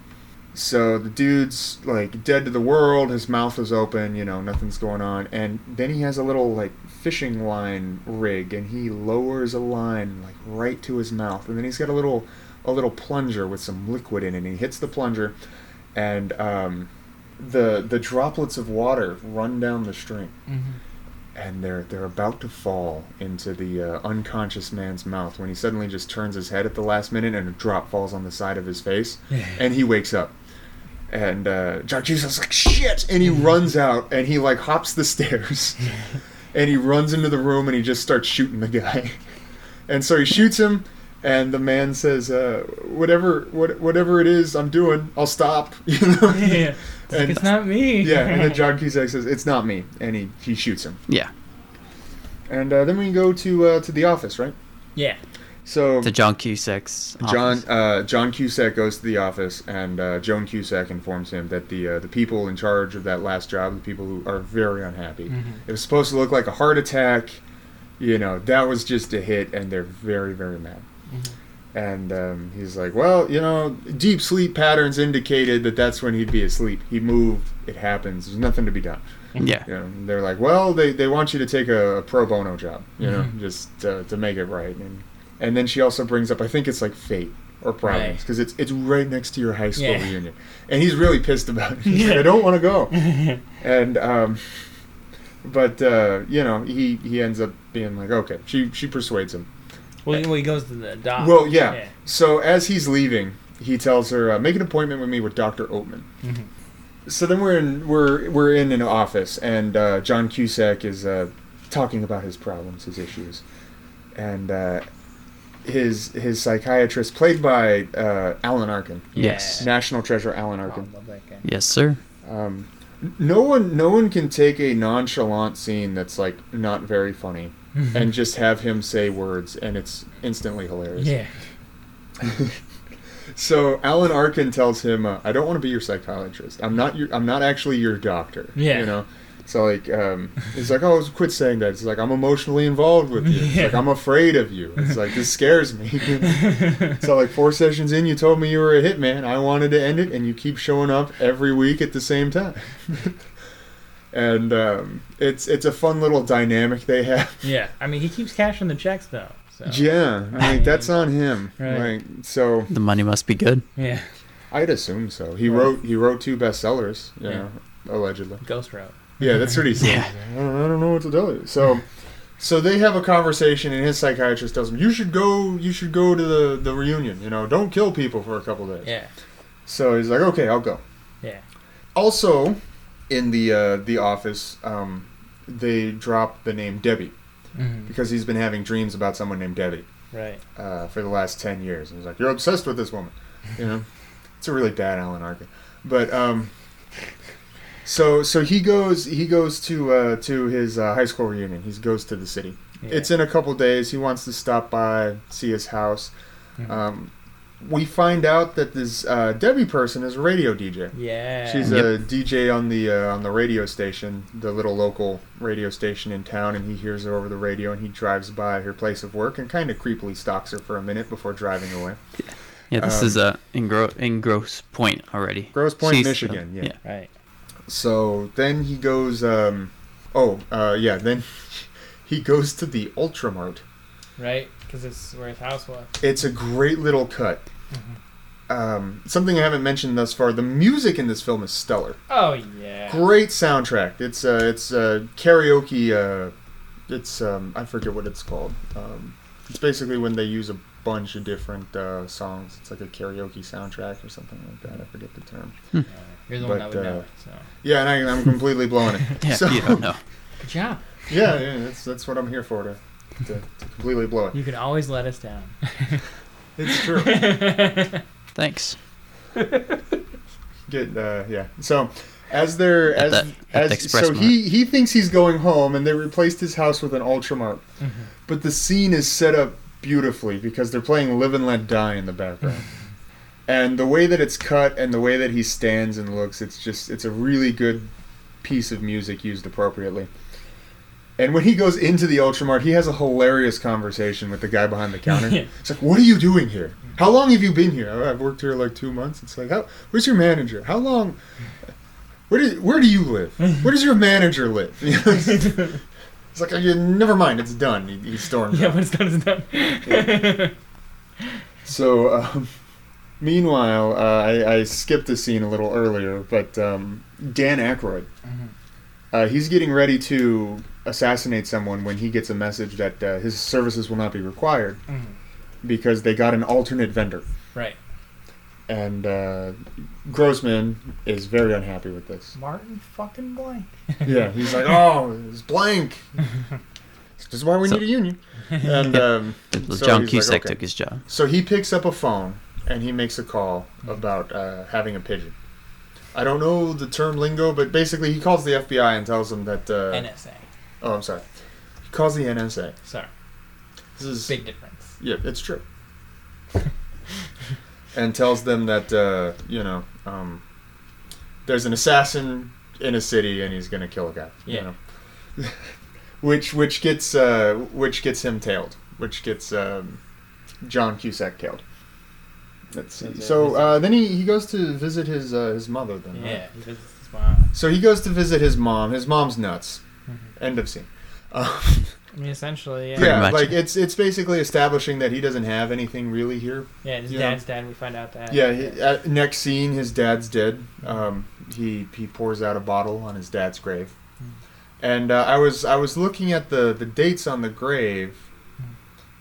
S1: So the dude's like dead to the world. His mouth is open. You know, nothing's going on. And then he has a little like fishing line rig, and he lowers a line like right to his mouth. And then he's got a little a little plunger with some liquid in it. And he hits the plunger, and um, the the droplets of water run down the string,
S2: Mhm.
S1: and they're they're about to fall into the uh, unconscious man's mouth when he suddenly just turns his head at the last minute, and a drop falls on the side of his face and he wakes up. And uh, John Jesus is like, shit! And he runs out and he like hops the <laughs> stairs and he runs into the room and he just starts shooting the guy. <laughs> And so he shoots him, and the man says, uh, whatever, what, whatever it is I'm doing, I'll stop. <laughs> You know?
S2: yeah. It's, like,
S1: And-
S2: "It's not me.
S1: yeah, and then John Cusack says, it's not me. And he, he shoots him.
S3: Yeah.
S1: And uh, then we go to uh, to the office, right?
S2: <laughs> yeah.
S1: So
S3: To John Cusack's.
S1: John
S3: office.
S1: uh, John Cusack goes to the office, and uh, Joan Cusack informs him that the uh, the people in charge of that last job, the people who are very unhappy,
S2: Mhm.
S1: it was supposed to look like a heart attack. You know, that was just a hit, and they're very very mad.
S2: Mhm.
S1: And um, he's like, well, you know, deep sleep patterns indicated that that's when he'd be asleep. He moved. It happens. There's nothing to be done.
S2: <laughs>
S3: Yeah.
S1: You know, and they're like, well, they, they want you to take a, a pro bono job, you know,
S2: Mhm.
S1: just uh, to make it right. And and then she also brings up, I think it's like fate or providence
S2: Right.
S1: because it's it's right next to your high school
S2: Yeah.
S1: reunion, and he's really pissed about it. He's like, I don't want to
S2: <laughs>
S1: go. And um, but uh, you know, he he ends up being like, okay, she she persuades him.
S2: Well, he- well, he goes to the doc.
S1: Well, yeah. So as he's leaving, he tells her, uh, "Make an appointment with me with Doctor Oatman."
S2: Mhm.
S1: So then we're in we're we're in an office, and uh, John Cusack is uh, talking about his problems, his issues, and uh, his his psychiatrist, played by uh, Alan Arkin,
S3: Yes.
S1: National Treasure Alan
S2: Oh,
S1: Arkin.
S2: love that guy.
S3: Yes, sir.
S1: Um, n- no one no one can take a nonchalant scene that's like not very funny and
S2: <laughs>
S1: just have him say words, and it's instantly hilarious.
S2: Yeah.
S1: <laughs> So Alan Arkin tells him, uh, "I don't want to be your psychiatrist. I'm not your. I'm not actually your doctor.
S2: Yeah.
S1: you know." So like, um, he's like, "Oh, quit saying that." It's like I'm emotionally involved with you. It's
S2: Yeah.
S1: like I'm afraid of you. It's like this scares me. <laughs> so like four sessions in, you told me you were a hitman. I wanted to end it, and you keep showing up every week at the same time. <laughs> and um, it's it's a fun little dynamic they have.
S2: yeah. I mean, he keeps cashing the checks though. So.
S1: Yeah, like that's on him.
S2: Right.
S1: Like so.
S3: The money must be good.
S2: Yeah.
S1: I'd assume so. He
S2: Right.
S1: wrote he wrote two bestsellers, you
S2: Yeah.
S1: know, allegedly.
S2: Ghost route.
S1: Yeah, that's what he said.
S3: Yeah.
S1: I, don't, I don't know what to tell you. So, so they have a conversation, and his psychiatrist tells him, "You should go. You should go to the the reunion. You know, don't kill people for a couple days."
S2: Yeah.
S1: So he's like, "Okay, I'll go."
S2: Yeah.
S1: Also, in the uh, the office, um, they drop the name Debbie
S2: Mhm.
S1: because he's been having dreams about someone named Debbie
S2: Right.
S1: uh, for the last 10 years. And he's like, you're obsessed with this woman. <laughs> You know, it's a really bad Alan Arkin. But, um, so, so he goes, he goes to, uh, to his uh, high school reunion. He goes to the city.
S2: Yeah.
S1: It's in a couple days. He wants to stop by, see his house.
S2: Mhm.
S1: Um, we find out that this, uh, Debbie person is a radio DJ.
S2: Yeah.
S1: She's
S3: Yep.
S1: a DJ on the uh, on the radio station, the little local radio station in town, and he hears her over the radio, and he drives by her place of work and kind of creepily stalks her for a minute before driving away.
S3: Yeah, this
S1: Um,
S3: is a in, gro- in Gross Point already.
S1: Grosse Pointe,
S3: She's- uh,
S1: Michigan, yeah.
S2: right.
S1: So then he goes, um, oh uh, yeah, then <laughs> he goes to the Ultramart.
S2: Right. Because it's where his house was.
S1: It's a great little cut. um, something I haven't mentioned thus far. The music in this film is stellar.
S2: Oh yeah.
S1: Great soundtrack. It's uh, it's uh, karaoke. Uh, it's um, I forget what it's called. Um, it's basically when they use a bunch of different uh, songs. It's like a karaoke soundtrack or something like that. I forget the term.
S2: You're the one that
S1: But,
S2: would know
S1: uh,
S2: it. So
S1: Yeah, and I, I'm completely blowing it.
S3: <laughs> Yeah,
S1: so,
S3: you don't know.
S2: good job.
S1: <laughs> yeah, yeah, that's that's what I'm here for to to, to completely blow
S3: <laughs>
S1: it.
S2: You can always let us <laughs> down.
S1: It's true.
S3: Thanks.
S1: Get uh, yeah. So as they're
S3: At
S1: as
S3: the- at
S1: as
S3: the Express
S1: so he he thinks he's going home, and they replaced his house with an Ultramart.
S3: Mm-hmm.
S1: But the scene is set up beautifully because they're playing "Live and Let Die" in the background.
S3: Mm-hmm.
S1: And the way that it's cut and the way that he stands and looks, it's just it's a really good piece of music used appropriately. And when he goes into the Ultramart, he has a hilarious conversation with the guy behind the
S3: <laughs>
S1: counter.
S2: Yeah.
S1: It's like, "What are you doing here? How long have you been here? "Oh, I've worked here like two months." It's like, "How? Where's your manager? How long? Where do Where do you live? Where does your manager live?" <laughs> it's like, "Oh, yeah, never mind. It's done." He, he storms.
S2: yeah,
S1: out.
S2: when it's done, it's done. Mm-hmm.
S1: So, um, meanwhile, uh, I, I skipped the scene a little earlier, but um, Dan Aykroyd, uh, he's getting ready to assassinate someone when he gets a message that uh, his services will not be required
S2: Mhm.
S1: because they got an alternate vendor.
S2: Right.
S1: And uh, Grossman is very unhappy with this.
S2: Martin fucking blank.
S1: Yeah, <laughs> he's like, "Oh, it's blank. This is why we
S3: So-
S1: need a union." And um, so
S3: John
S1: he's like,
S3: Cusack
S1: "Okay."
S3: took his job.
S1: So he picks up a phone and he makes a call about uh, having a pigeon. I don't know the term lingo, but basically he calls the FBI and tells them that. Uh,
S2: NSA.
S1: oh, I'm sorry. He calls the NSA.
S2: Sorry.
S1: This is
S2: Big difference.
S1: yeah, it's true. and tells them that uh, you know um, there's an assassin in a city and he's gonna kill a guy. you
S2: Yeah.
S1: know. <laughs> which which gets uh, which gets him tailed. Which gets um, John Cusack tailed. Let's see.
S2: That's it.
S1: So uh, then he, he goes to visit his uh, his mother. Then right?
S2: Yeah. He does this one.
S1: So he goes to visit his mom. His mom's nuts.
S2: Mm-hmm.
S1: End of scene. <laughs> Um,
S2: I mean, essentially, yeah.
S3: Pretty
S1: yeah,
S3: much.
S1: like it's it's basically establishing that he doesn't have anything really here.
S2: Yeah, his
S1: Yeah.
S2: dad's dad. We find out that.
S1: Yeah, he, at, next scene, his dad's dead. Um, he he pours out a bottle on his dad's grave, and uh, I was I was looking at the the dates on the grave,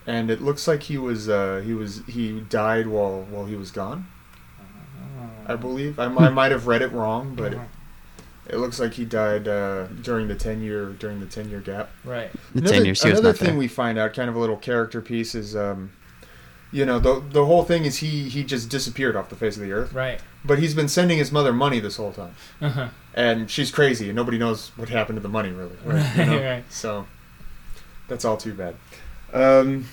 S1: and it looks like he was uh, he was he died while while he was gone.
S2: Hmm.
S1: I believe I, I might have read it wrong, but it,
S2: Mm-hmm.
S1: it looks like he died uh, during the ten year during the ten year gap.
S2: Right.
S3: The
S1: Another-
S3: ten years he was
S1: another
S3: not
S1: thing
S3: there.
S1: we find out, kind of a little character piece, is um, you know the the whole thing is he he just disappeared off the face of the earth,
S2: Right. <laughs>
S1: but he's been sending his mother money this whole time,
S2: Uh-huh.
S1: and she's crazy, and nobody knows what happened to the money really. Right,
S2: <laughs>
S1: you know?
S2: Right.
S1: So that's all too bad. Um,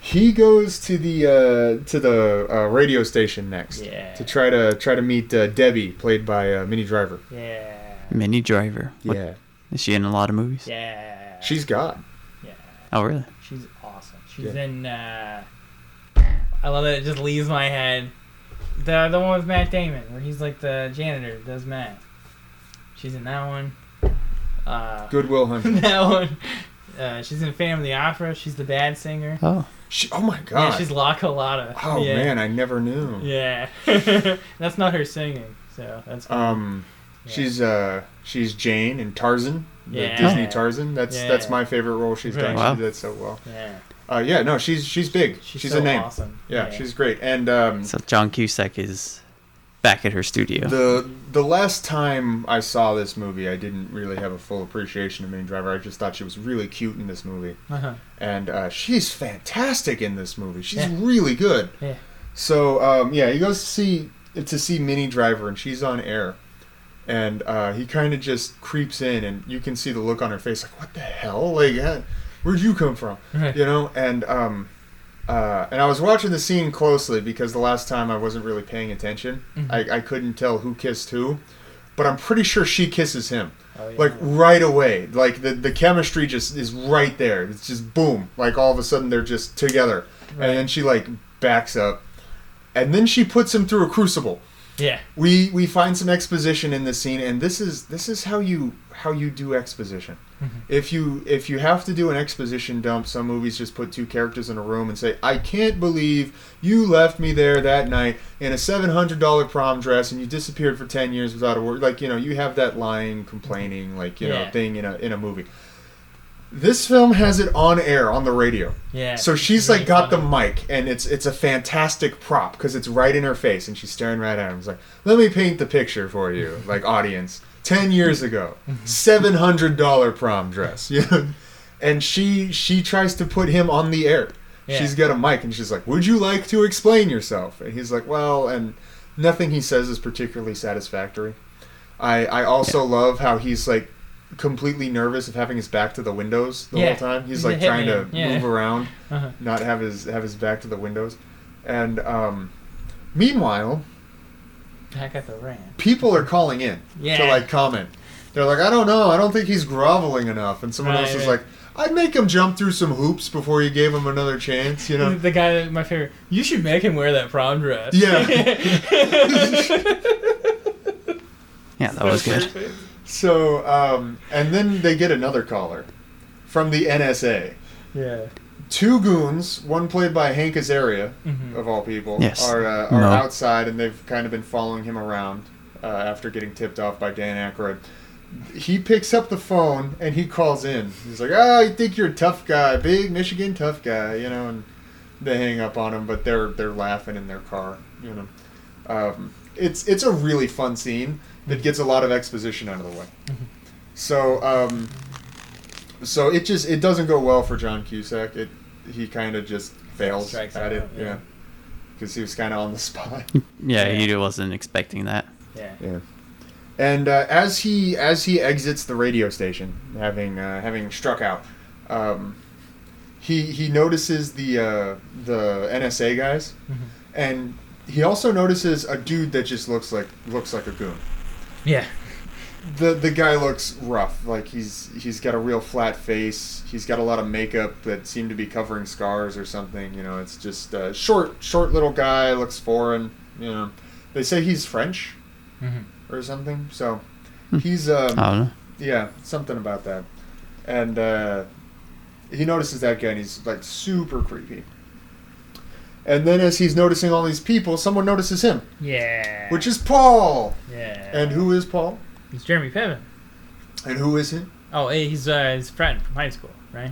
S1: he goes to the uh, to the uh, radio station next
S2: Yeah.
S1: to try to try to meet uh, Debbie, played by uh, Minnie Driver.
S2: Yeah.
S3: Mini Driver. What-
S1: Yeah,
S3: Is she in a lot of movies?
S2: Yeah.
S1: she's God.
S2: Yeah.
S3: Oh, really?
S2: She's awesome. She's
S1: Yeah.
S2: in. uh I love that it just leaves my head. The the one with Matt Damon, where he's like the janitor, does Matt. She's in that one. Uh,
S1: Goodwill Hunting.
S2: <laughs> that one. Uh, she's in Phantom of the Opera. She's the bad singer.
S3: Oh,
S1: She, oh my God.
S2: Yeah, she's La Colada.
S1: Oh
S2: yeah.
S1: man, I never knew.
S2: Yeah. <laughs> that's not her singing, so that's fine.
S1: Um,
S2: Yeah.
S1: she's uh, she's Jane in Tarzan, the
S2: Yeah.
S1: Disney Tarzan. That's
S2: Yeah.
S1: that's my favorite role she's done.
S2: Right.
S3: Wow.
S1: She did that so well.
S2: yeah.
S1: Uh, yeah, no, she's she's big. She's,
S2: She's, so
S1: a name.
S2: awesome.
S1: Yeah, she's great. And um,
S3: so John Cusack is back at her studio.
S1: the the last time I saw this movie, I didn't really have a full appreciation of Minnie Driver. I just thought she was really cute in this movie,
S2: Uh-huh. <laughs>
S1: and uh, she's fantastic in this movie. She's
S2: Yeah.
S1: really good.
S2: Yeah.
S1: So um, yeah, he goes to see to see Minnie Driver, and she's on air, and uh, he kind of just creeps in, and you can see the look on her face, like what the hell, like eh, where'd you come from,
S2: Right.
S1: you know? And um, uh, and I was watching the scene closely because the last time I wasn't really paying attention,
S2: Mm-hmm.
S1: I, I couldn't tell who kissed who, but I'm pretty sure she kisses him.
S2: Oh, yeah.
S1: Like right away, like the the chemistry just is right there. It's just boom, like all of a sudden they're just together,
S2: Right.
S1: and then she like backs up, and then she puts him through a crucible.
S2: Yeah.
S1: we we find some exposition in this scene and this is this is how you how you do exposition if you if you have to do an exposition dump some movies just put two characters in a room and say i can't believe you left me there that night in a $700 prom dress and you disappeared for 10 years without a word like you know you have that lying complaining like you know
S2: Yeah.
S1: thing in a in a movie this film has it on air on the radio
S2: Yeah.
S1: so she's
S2: Really
S1: like got
S2: funny.
S1: the mic, and it's it's a fantastic prop because it's right in her face, and she's staring right at him. It's like, let me paint the picture for
S2: <laughs>
S1: you, like audience. Ten years ago,
S2: Mm-hmm.
S1: seven hundred dollar prom dress, <laughs> you know? and she she tries to put him on the air.
S2: Yeah.
S1: She's got a mic, and she's like, "Would you like to explain yourself?" And he's like, "Well," and nothing he says is particularly satisfactory. I I also love how he's like completely nervous of having his back to the windows the
S2: Yeah.
S1: whole time. He's
S2: He's
S1: like
S2: a
S1: trying to
S2: hitman. Yeah.
S1: move around
S2: Uh-huh.
S1: not have his have his back to the windows. And um, meanwhile,
S2: Back at the ranch.
S1: people are calling in to
S2: Yeah.
S1: like comment. They're like, I don't know, I don't think he's groveling enough. And someone
S2: Right,
S1: else is
S2: right.
S1: like, I'd make him jump through some hoops before you gave him another chance, you know.
S2: The guy, that- my favorite. You should make him wear that prom dress. <laughs>
S1: Yeah.
S3: Yeah, that was good.
S1: so, um, and then they get another caller from the NSA.
S2: yeah.
S1: Two goons, one played by Hank Azaria,
S2: Mhm.
S1: of all people,
S3: Yes.
S1: are uh, are
S3: No.
S1: outside and they've kind of been following him around uh, after getting tipped off by Dan Aykroyd. He picks up the phone and he calls in. He's like, "Oh, you think you're a tough guy, big Michigan tough guy, you know?" And they hang up on him, but they're they're laughing in their car, you know. Um, it's it's a really fun scene that gets a lot of exposition out of the way.
S2: Mm-hmm.
S1: So um, so it just it doesn't go well for John Cusack. It he kind of just fails
S2: Strikes
S1: at
S2: out,
S1: it,
S2: yeah.
S1: yeah, because he was kind of on the spot.
S3: Yeah, he wasn't expecting that.
S2: Yeah.
S1: Yeah. And uh, as he as he exits the radio station, having uh, having struck out, um, he he notices the uh, the NSA guys, and he also notices a dude that just looks like looks like a goon. Mm-hmm.
S2: Yeah.
S1: the The guy looks rough, like he's he's got a real flat face. He's got a lot of makeup that seem to be covering scars or something. You know, it's just uh, short short little guy looks foreign. You know, they say he's French
S2: Mhm.
S1: or something. So he's um,
S3: I don't know.
S1: yeah, something about that. And uh, he notices that guy, and he's like super creepy. And then, as he's noticing all these people, someone notices him,
S2: Yeah.
S1: which is Paul.
S2: Yeah.
S1: And who is Paul?
S2: It's Jeremy Piven.
S1: And who is he?
S2: Oh, hey, he's uh, his friend from high school, right?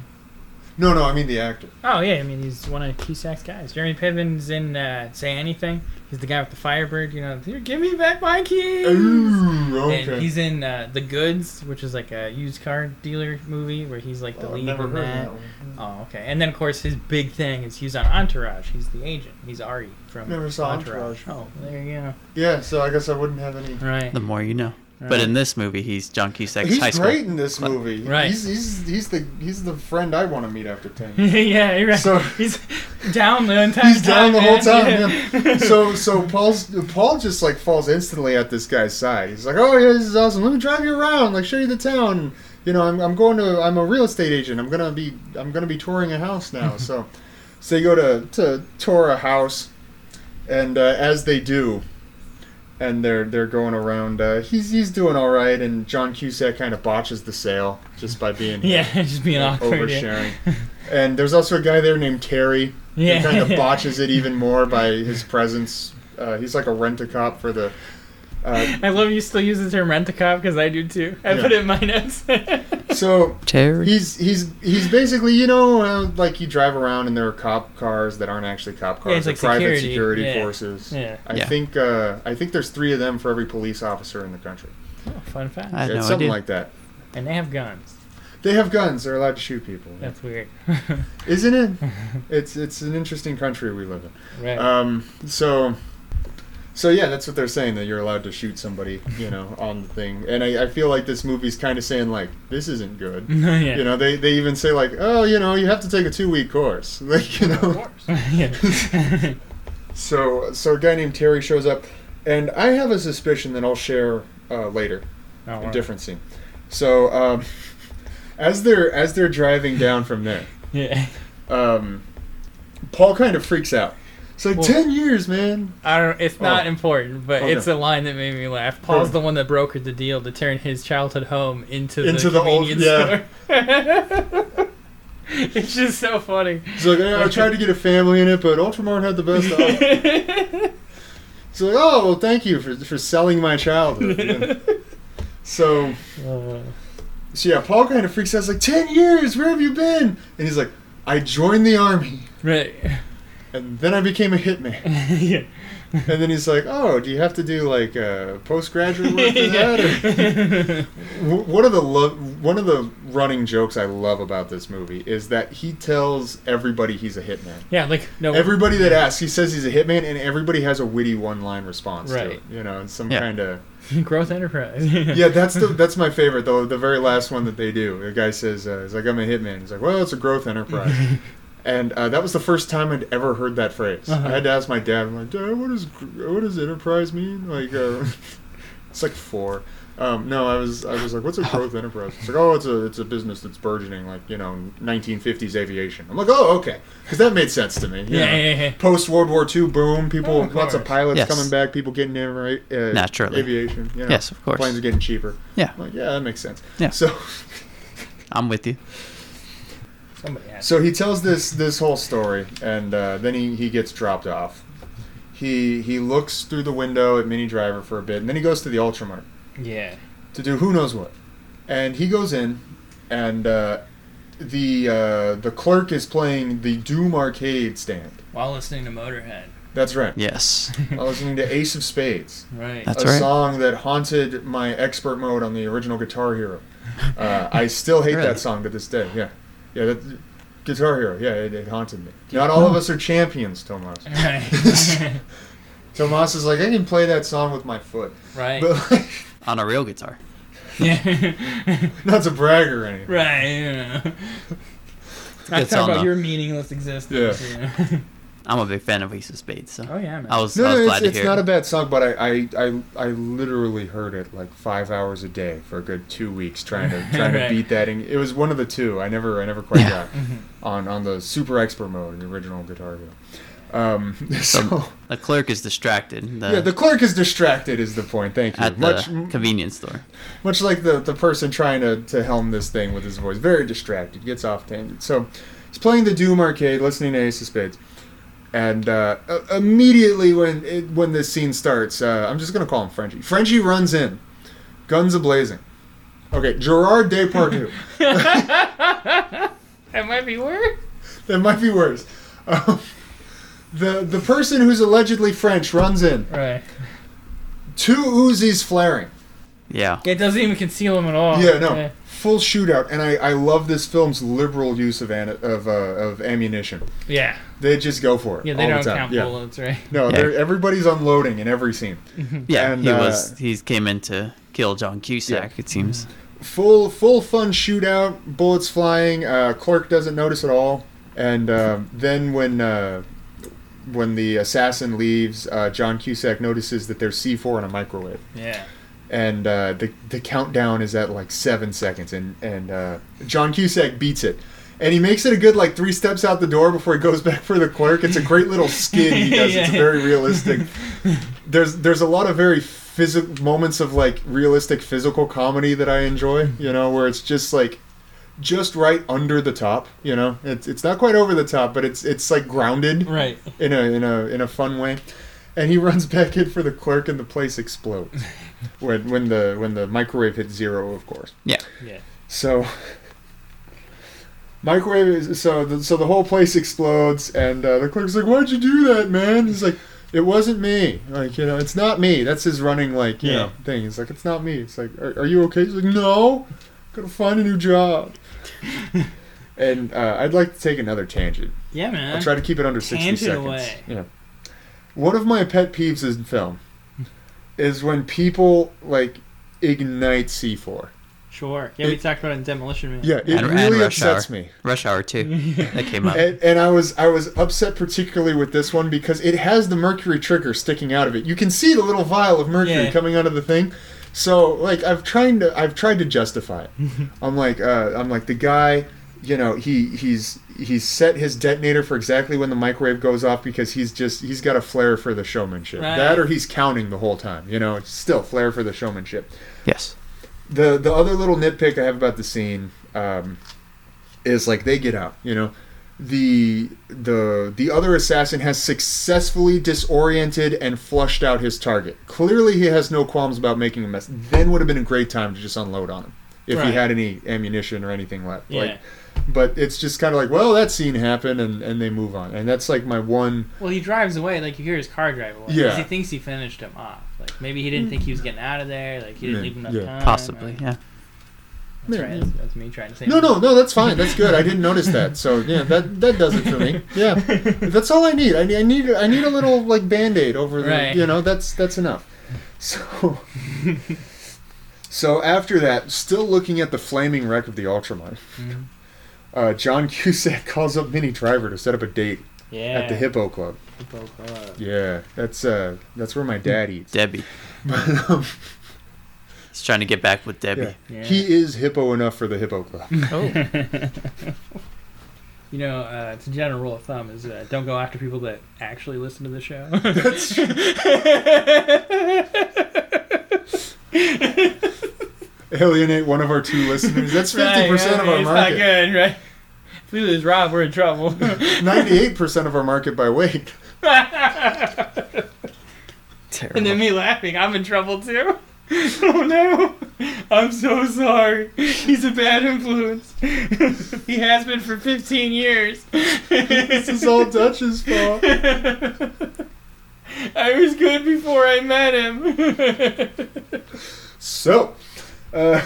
S1: No, no, I mean the actor.
S2: Oh yeah, I mean he's one of Cusack's guys. Jeremy Piven's in uh, Say Anything. He's the guy with the Firebird. You know, give me back my keys.
S1: Ooh, okay.
S2: And he's in uh, The Goods, which is like a used car dealer movie where he's like the
S1: Oh, I've
S2: lead
S1: never
S2: in
S1: heard of
S2: that.
S1: that one.
S2: Oh, okay. And then of course his big thing is he's on Entourage. He's the agent. He's Ari from
S1: Never saw Entourage.
S2: Oh, there you go.
S1: Yeah, so I guess I wouldn't have any.
S2: Right.
S3: The more you know. But
S2: Right. <laughs>
S3: in this movie, he's John Cusack's
S1: He's
S3: high school.
S1: great in this movie.
S2: Right.
S1: He's, he's he's the he's the friend I want to meet after ten.
S2: yeah, you're <laughs> right.
S1: So-
S2: he's down the entire
S1: He's down
S2: time,
S1: the whole
S2: man.
S1: time. yeah. So so Paul's Paul just like falls instantly at this guy's side. He's like, "Oh yeah, this is awesome. Let me drive you around. Like show you the town. You know, I'm, I'm going to I'm a real estate agent. I'm gonna be I'm gonna be touring a house
S2: <laughs>
S1: now. so so they go to to tour a house, and uh, as they do. And they're they're going around. Uh, he's he's doing all right, and John Cusack kind of botches the sale just by being <laughs>
S2: <laughs> <laughs> yeah, just being awkward. yeah.
S1: oversharing. and there's also a guy there named Terry who
S2: Yeah.
S1: kind of
S2: <laughs>
S1: botches it even more by his presence. Uh, he's like a rent a cop for the. Uh,
S2: I love you still use the term rent a cop because I do too. I
S1: Yeah.
S2: put it in my notes. <laughs> Oh,
S1: so
S3: Terry.
S1: he's he's he's basically you know uh, like you drive around and there are cop cars that aren't actually cop cars.
S2: Yeah, it's
S1: they're
S2: like
S1: private
S2: security.
S1: security
S2: Yeah.
S1: forces.
S2: Yeah.
S1: I
S3: Yeah.
S1: think uh, I think there's three of them for every police officer in the country.
S2: Oh, fun fact.
S3: I had
S1: Yeah,
S3: no
S1: something
S3: idea.
S1: like that.
S2: and they have guns.
S1: They have guns. They're allowed to shoot people.
S2: That's weird. <laughs>
S1: Isn't it? it's it's an interesting country we live in.
S2: right.
S1: Um, so, so yeah, that's what they're saying that you're allowed to shoot somebody, you
S2: <laughs>
S1: know, on the thing. And I, I feel like this movie's kind of saying like this isn't good.
S2: <laughs> <laughs> yeah.
S1: You know, they they even say like, oh, you know, you have to take a two week course, <laughs> like you know. <laughs>
S2: yeah. <laughs> Oh,
S1: So so a guy named Terry shows up, and I have a suspicion that I'll share uh, later
S2: Oh,
S1: a
S2: wow.
S1: different scene. So um, <laughs> as they're as they're driving down from there,
S2: Yeah.
S1: um, Paul kind of freaks out It's like
S2: Well-
S1: ten years, man.
S2: I don't. It's not
S1: Oh.
S2: important, but
S1: Oh,
S2: it's
S1: no.
S2: a line that made me laugh. Paul's
S1: Hmm.
S2: the one that brokered the deal to turn his childhood home into,
S1: Into
S2: the
S1: the old-
S2: convenience store. <laughs> it's just so funny.
S1: It's like "Yeah, I tried to get a family in it, but Ultramar had the
S2: <laughs>
S1: best. offer." It's like, oh well, thank you for for selling my childhood.
S2: <laughs>
S1: Yeah. So so yeah, Paul kind of freaks out. It's like ten years. Where have you been? And he's like, I joined the army,
S2: right.
S1: and then I became a hitman.
S2: yeah.
S1: And then he's like, "Oh, do you have to do like uh, postgraduate
S2: <laughs>
S1: work for that?" Or-
S2: Yeah.
S1: W- One of the lo- one of the running jokes I love about this movie is that he tells everybody he's a hitman.
S2: <laughs> yeah, like no.
S1: Everybody that asks, he says he's a hitman, and everybody has a witty one-line response to
S2: Right.
S1: it. You know, and some
S3: Yeah.
S1: kind
S2: <laughs>
S1: of
S2: <laughs> growth enterprise.
S1: <laughs> yeah. That's the that's my favorite though. The very last one that they do, the guy says, uh, "He's like I'm a hitman." He's like, "Well, it's a growth
S2: <laughs>
S1: enterprise." And uh, that was the first time I'd ever heard that phrase.
S2: Uh-huh.
S1: I had to ask my dad. I'm like, Dad, what does gr- what does enterprise mean? Like, uh, <laughs> it's like four. Um, no, I was I was like, what's a
S2: <laughs>
S1: growth enterprise? It's like, oh, it's a it's a business that's burgeoning, like you know, 1950s aviation. I'm like, oh, okay, because that made sense to me. you
S2: Yeah,
S1: know.
S2: yeah, yeah.
S1: Post World War II, boom, people,
S2: Oh, of
S1: lots of
S2: course.
S1: pilots
S3: Yes.
S1: coming back, people getting in uh,
S3: Naturally.
S1: aviation. You know,
S3: Yes, of course.
S1: Planes are getting cheaper.
S3: Yeah.
S1: I'm like, yeah, that makes sense.
S3: Yeah.
S1: So. <laughs>
S3: I'm with you.
S2: Somebody asked.
S1: So he tells this this whole story, and uh, then he, he gets dropped off. He he looks through the window at Mini Driver for a bit, and then he goes to the Ultramart
S2: Yeah.
S1: to do who knows what. And he goes in, and uh, the uh, the clerk is playing the Doom arcade stand.
S2: While listening to Motorhead.
S1: That's right.
S3: Yes.
S1: I was listening to Ace of Spades,
S2: Right.
S3: That's
S1: a
S3: right.
S1: song that haunted my expert mode on the original Guitar Hero.
S3: <laughs>
S1: Uh, I still hate
S3: Really?
S1: that song to this day. Yeah, yeah, that, Guitar Hero. Yeah, it, it haunted me. Not all of us are champions, Tomas.
S2: right.
S1: Tomas is like, I can play that song with my foot,
S2: <laughs>
S1: <laughs>
S2: right.
S1: but like,
S3: On a real guitar.
S2: <laughs> yeah.
S1: not to brag or anything.
S2: right.
S1: <laughs>
S2: You know. I talk
S3: good song,
S2: about
S3: though.
S2: your meaningless existence. Yeah.
S3: I'm a big fan of Ace of Spades, so
S2: <laughs> oh yeah, man.
S3: I was,
S1: No,
S3: I was
S1: no,
S3: glad
S1: it's,
S3: to
S1: it's
S3: hear.
S1: not a
S3: it.
S1: bad song, but I, I, I, I literally heard it like five hours a day for a good two weeks trying
S3: <laughs>
S1: to trying
S2: Right.
S1: to beat that. And it was one of the two. I never I never quite
S3: Yeah.
S1: got
S2: Mm-hmm.
S1: on on the super expert mode in the original Guitar Hero. Um, <laughs> so,
S3: So- the clerk is distracted. The,
S1: yeah, the clerk is distracted is the point. Thank you.
S3: at the
S1: Much
S3: convenience store.
S1: much like the, the person trying to, to helm this thing with his voice. Very distracted, gets off tangent. So he's playing the Doom arcade, listening to Ace of Spades. And uh, uh, immediately when it, when this scene starts, uh, I'm just going to call him Frenchie. Frenchie runs in, guns ablazing. Okay, Gerard
S3: <laughs>
S1: Depardieu.
S2: That might be worse.
S1: that might be worse. Um, the, the person who's allegedly French runs in,
S2: Right.
S1: two Uzis flaring.
S3: Yeah.
S2: It doesn't even conceal him at all.
S1: Yeah, no, full shootout, and I, I love this film's liberal use of an, of uh, of ammunition.
S2: Yeah.
S1: They just go for it.
S2: Yeah, they
S1: all
S2: don't
S1: the time.
S2: count
S1: yeah.
S2: bullets, right?
S1: No,
S3: Yeah.
S1: they're everybody's unloading in every scene.
S3: Yeah,
S1: And,
S3: he
S1: uh,
S3: was. He came in to kill John Cusack. It seems.
S1: Full full fun shootout, bullets flying. Uh, Clerk doesn't notice at all, and um, then when. Uh, when the assassin leaves, uh, John Cusack notices that there's C4 in a microwave,
S2: Yeah.
S1: and uh, the the countdown is at like seven seconds, and and uh, John Cusack beats it, and he makes it a good like three steps out the door before he goes <laughs> back for the clerk. It's a great little skid he does. It's
S2: Yeah.
S1: very realistic. There's there's a lot of very physical moments of like realistic physical comedy that I enjoy. You know, where it's just like. Just right under the top, you know. It's it's not quite over the top, but it's it's like grounded
S2: Right.
S1: in a in a in a fun way. And he runs <laughs> back in for the clerk, and the place explodes when when the when the microwave hits zero, of course.
S3: Yeah.
S2: Yeah.
S1: So microwave is so the, so the whole place explodes, and uh, the clerk's like, "Why'd you do that, man?" He's like, "It wasn't me. Like you know, it's not me." That's his running like you
S2: Yeah.
S1: know thing. He's like, "It's not me." It's like, "Are, are you okay?" He's like, "No, gotta find a new job." and uh, I'd like to take another tangent.
S2: Yeah, man.
S1: I'll try to keep it under 60
S2: Tangent
S1: seconds.
S2: away.
S1: Yeah. One of my pet peeves in film is when people like ignite C4.
S2: Sure. Yeah, we talked about it in Demolition Man.
S1: Yeah, it
S3: And- and
S1: really
S3: Rush
S1: upsets
S3: Hour.
S1: me.
S3: Rush
S2: <laughs>
S3: Hour Two. that came up.
S1: And, and I was I was upset particularly with this one because it has the mercury trigger sticking out of it. You can see the little vial of mercury
S2: Yeah.
S1: coming out of the thing. So like I've trying to I've tried to justify it. I'm like uh, I'm like the guy you know he he's he's set his detonator for exactly when the microwave goes off because he's just he's got a flair for the showmanship.
S2: Right.
S1: That or he's counting the whole time. You know, it's still flair for the showmanship.
S3: Yes.
S1: The the other little nitpick I have about the scene um, is like they get out. You know, the the the other assassin has successfully disoriented and flushed out his target. Clearly, he has no qualms about making a mess. Then would have been a great time to just unload on him if
S2: Right.
S1: he had any ammunition or anything left.
S2: Yeah.
S1: Like, but it's just kind of like, well, that scene happened, and and they move on, and that's like my one.
S2: Well, he drives away. Like you hear his car drive away. 'cause
S1: Yeah.
S2: He thinks he finished him off. Like maybe he didn't think he was getting out of there. Like he didn't
S1: Yeah,
S2: leave enough
S1: yeah.
S2: time.
S3: Possibly.
S2: or-
S3: Yeah.
S2: That's
S1: Yeah,
S2: right.
S1: yeah.
S2: That's, that's me trying to say.
S1: No, no, no. That's fine. That's good. I didn't notice that. So yeah, that that does it for me. Yeah, that's all I need. I, need- I need I need a little like band aid over the.
S2: Right.
S1: You know, that's that's enough. So. So after that, still looking at the flaming wreck of the Ultramarine,
S2: Mhm.
S1: uh, John <laughs> Cusack calls up Minnie Driver to set up a date
S2: Yeah.
S1: at the Hippo Club.
S2: Hippo Club.
S1: Yeah, that's uh, that's where my dad eats.
S2: <laughs>
S3: Debbie.
S1: But, um,
S3: He's trying to get back with Debbie.
S1: Yeah.
S2: Yeah.
S1: He is hippo enough for the hippo club. <laughs>
S3: Oh.
S2: You know, uh, it's a general rule of thumb is uh, don't go after people that actually listen to the <laughs> show.
S1: That's true. Alienate one of our two listeners. That's fifty percent of our
S2: it's Not
S1: market.
S2: good, right? <laughs> If we lose Rob, we're in <laughs> trouble.
S1: Ninety-eight percent of our market by weight. <laughs>
S3: Terrible.
S2: and then me laughing, I'm in trouble too. <laughs> Oh no! I'm so sorry. He's a bad influence. <laughs> he has been for 15 years. <laughs>
S1: This is all Dutch's fault.
S2: I was good before I met him. <laughs>
S1: So, uh,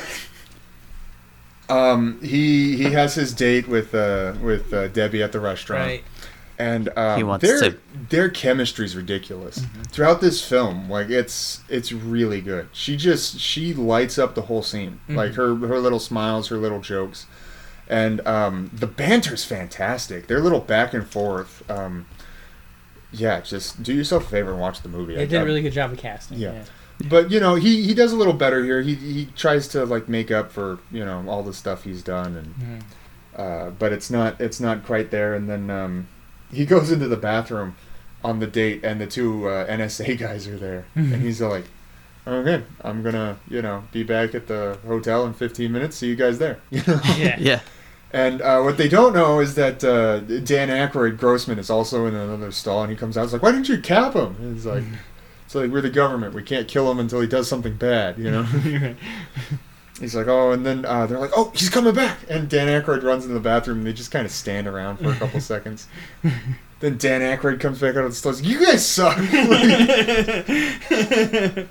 S1: <laughs> um, he he has his date with uh, with uh, Debbie at the restaurant.
S2: right.
S1: and um,
S3: He wants
S1: their
S3: to- Mm-hmm.
S1: their chemistry's ridiculous throughout this film. Like it's it's really good. She just she lights up the whole scene.
S3: Mm-hmm.
S1: Like her her little smiles, her little jokes, and um, the banter's fantastic. Their little back and forth. Um, yeah, just do yourself a favor and watch the movie.
S2: They
S1: I-
S2: did a
S1: I-
S2: really good job of casting.
S1: Yeah. but you know he he does a little better here. He he tries to like make up for you know all the stuff he's done and
S2: Mhm.
S1: uh, but it's not it's not quite there. And then um, he goes into the bathroom on the date, and the two uh, NSA guys are there, and he's like, "Okay, I'm gonna you know be back at the hotel in 15 minutes. See you guys there." <laughs> You know?
S2: Yeah. <laughs>
S3: yeah.
S1: and uh, what they don't know is that uh, Dan Aykroyd Grossman is also in another stall, and he comes out. It's like, "Why didn't you cap him?" And he's like. It's like we're the government. We can't kill him until he does something bad, you know. <laughs> He's like, oh, and then uh, they're like, oh, he's coming back. And Dan Aykroyd runs into the bathroom, and they just kind of stand around for a couple seconds. Then Dan Aykroyd comes back out of the stall. he's like, You guys suck. <laughs> like <laughs>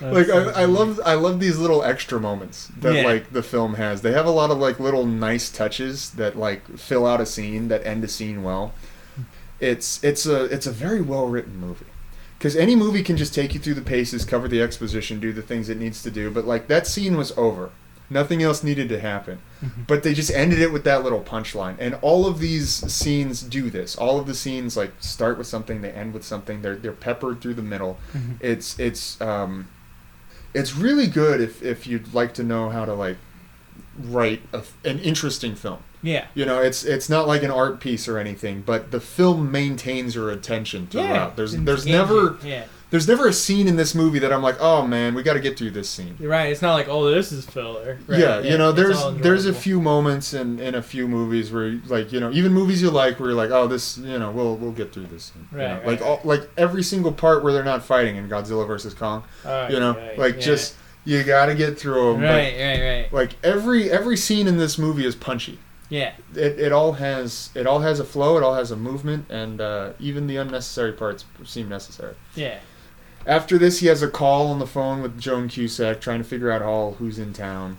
S1: like, I, I love, I love these little extra moments that
S2: Yeah.
S1: like the film has. They have a lot of like little nice touches that like fill out a scene that end a scene well. It's it's a it's a very well written movie. Because any movie can just take you through the paces, cover the exposition, do the things it needs to do. But like that scene was over. Nothing else needed to happen. But they just ended it with that little punchline. And all of these scenes do this. All of the scenes like start with something, they end with something. They're they're peppered through the middle. It's it's um it's really good if if you'd like to know how to like write a, an interesting film.
S2: Yeah.
S1: You know, it's it's not like an art piece or anything, but the film maintains your attention throughout.
S2: Yeah.
S1: There's
S2: Didn't
S1: there's
S2: engage
S1: never
S2: you. Yeah.
S1: there's never a scene in this movie that I'm like, oh man, we got to get through this scene.
S2: You're right. It's not like, oh, this is filler. Right.
S1: Yeah, you know,
S2: it's
S1: there's
S2: all
S1: there's a
S2: enjoyable.
S1: few moments in in a few movies where like you know even movies you like where you're like, oh this you know we'll we'll get through this. Scene, you
S2: Right,
S1: know?
S2: right,
S1: Like all, like every single part where they're not fighting in Godzilla versus Kong,
S2: Alright,
S1: you know,
S2: right,
S1: like
S2: yeah.
S1: just you got to get through them.
S2: Right, right, right.
S1: Like, like every every scene in this movie is punchy.
S2: Yeah.
S1: It, it all has it all has a flow. It all has a movement, and uh, even the unnecessary parts seem necessary.
S2: Yeah.
S1: After this, he has a call on the phone with Joan Cusack, trying to figure out all who's in town,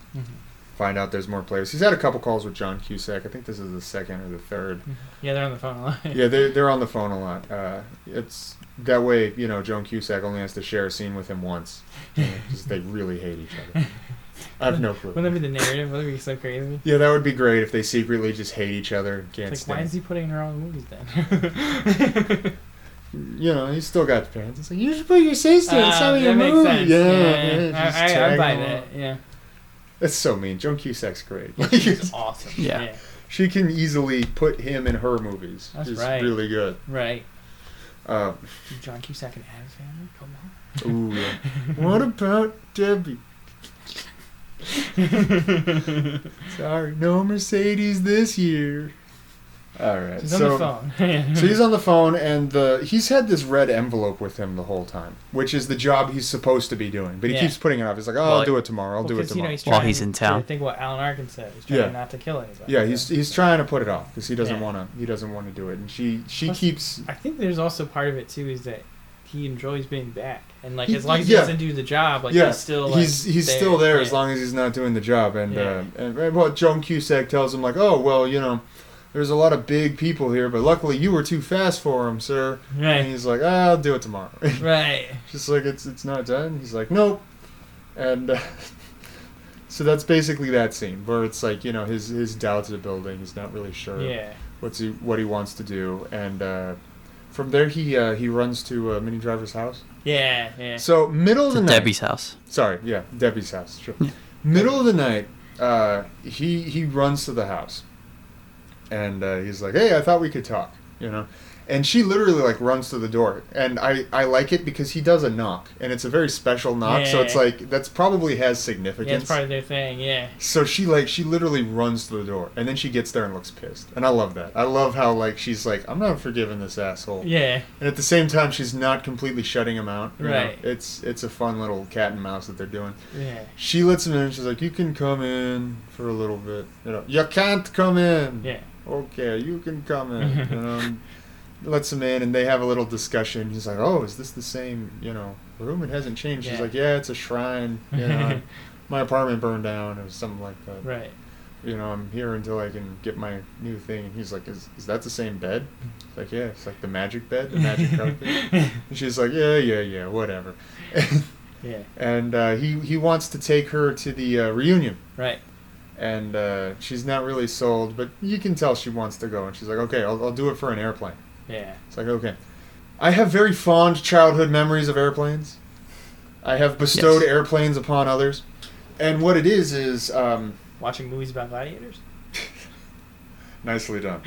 S1: find out there's more players. He's had a couple calls with John Cusack. I think this is the second or the third.
S2: Yeah, they're on the phone a lot. <laughs>
S1: yeah, they're they're on the phone a lot. Uh, it's that way, you know. Joan Cusack only has to share a scene with him once. You know, 'cause they really hate each other. I have no clue.
S2: Wouldn't that be the narrative? Wouldn't that be so crazy?
S1: Yeah, that would be great if they secretly just hate each other and can't
S2: It's like, why
S1: stand.
S2: is he putting her on movies then?
S1: You know, he's still got the parents. It's like you should put your sister
S2: <laughs>
S1: in
S2: Ah,
S1: some of your
S2: that makes
S1: movies.
S2: sense.
S1: Yeah,
S2: I-
S1: just
S2: I, I,
S1: tag
S2: buy
S1: along. <laughs>
S2: that. Yeah, <laughs>
S1: That's so mean. Joan Cusack's great.
S2: she's awesome.
S3: Yeah.
S2: yeah.
S1: she can easily put him in her movies.
S2: That's
S1: She's
S2: right.
S1: really good.
S2: Right.
S1: Uh,
S2: John Cusack and Adam's family? Come
S1: ooh,
S2: on.
S1: yeah. what about
S2: <laughs>
S1: Debbie? Sorry, no Mercedes this year. All right.
S2: She's
S1: so,
S2: on the phone. <laughs>
S1: so he's on the phone, and the he's had this red envelope with him the whole time, which is the job he's supposed to be doing, but he
S2: Yeah.
S1: keeps putting it off. He's like, "Oh,
S3: Well,
S1: I'll do it tomorrow. I'll
S2: Well,
S1: do it
S2: 'cause, you know,
S1: tomorrow."
S2: he's
S3: While
S2: trying
S3: he's in
S2: to
S3: town.
S2: Think what Alan Arkin said. He's trying
S1: Yeah.
S2: not to kill anybody.
S1: yeah, he's he's trying to put it off because he doesn't
S2: Yeah.
S1: want to. He doesn't want to do it, and she she
S2: Plus-
S1: keeps.
S2: I think there's also part of it too is that he enjoys being back, and like
S1: He-
S2: as long as
S1: yeah.
S2: he doesn't do the job, like
S1: yeah,
S2: he's still like,
S1: he's he's still there as
S2: Yeah.
S1: long as he's not doing the job. And
S2: Yeah.
S1: uh, and and, well, Joan Cusack tells him like, "Oh, well, you know." There's a lot of big people here, but luckily you were too fast for him, sir. And
S2: Right.
S1: he's like, ah, "I'll do it tomorrow." <laughs>
S2: Right.
S1: Just like it's it's not done. He's like, nope. And uh, <laughs> so that's basically that scene where it's like you know his his doubts are building. He's not really sure
S2: Yeah.
S1: what's he what he wants to do. And uh, from there he uh, he runs to uh, Mini Driver's house.
S2: Yeah. Yeah.
S1: So middle of the
S3: To
S1: night.
S3: Debbie's house.
S1: Sorry, yeah, Debbie's house. Sure.
S3: Yeah.
S1: Middle of the night, uh, he he runs to the house, and uh, he's like, "Hey, I thought we could talk," you know. And she literally like runs to the door, and I I like it because he does a knock, and it's a very special knock, so
S2: Yeah.
S1: it's like that's probably has
S2: yeah. It's
S1: significance.
S2: part of their thing. Yeah.
S1: so she like she literally runs to the door, and then she gets there and looks pissed, and I love that. I love how like she's like, "I'm not forgiving this asshole,"
S2: Yeah.
S1: and at the same time she's not completely shutting him out. you know?
S2: Right.
S1: It's it's a fun little cat and mouse that they're doing.
S2: Yeah.
S1: She lets him in. She's like, "You can come in for a little bit." You know, you can't come in.
S2: Yeah.
S1: Okay, you can come
S2: <laughs>
S1: in. you know, and um, lets him in, and they have a little discussion. He's like, "Oh, is this the same? You know, room? It hasn't changed." She's
S2: Yeah.
S1: like, "Yeah, it's a
S2: <laughs>
S1: shrine. You know, my apartment burned down, or something like that.
S2: Right.
S1: You know, I'm here until I can get my new thing." And he's like, "Is is that the same bed?" It's like, "Yeah, it's like the magic bed, the
S2: <laughs>
S1: magic carpet." And she's like, "Yeah, yeah, yeah, whatever." <laughs>
S2: yeah.
S1: and uh, he he wants to take her to the uh, reunion,
S2: Right.
S1: and uh, she's not really sold, but you can tell she wants to go, and she's like, okay, I'll, I'll do it for an airplane.
S2: Yeah.
S1: It's like, okay, I have very fond childhood memories of airplanes. I have bestowed
S3: Yes.
S1: airplanes upon others, and what it is is um,
S2: Watching movies about gladiators.
S1: nicely done.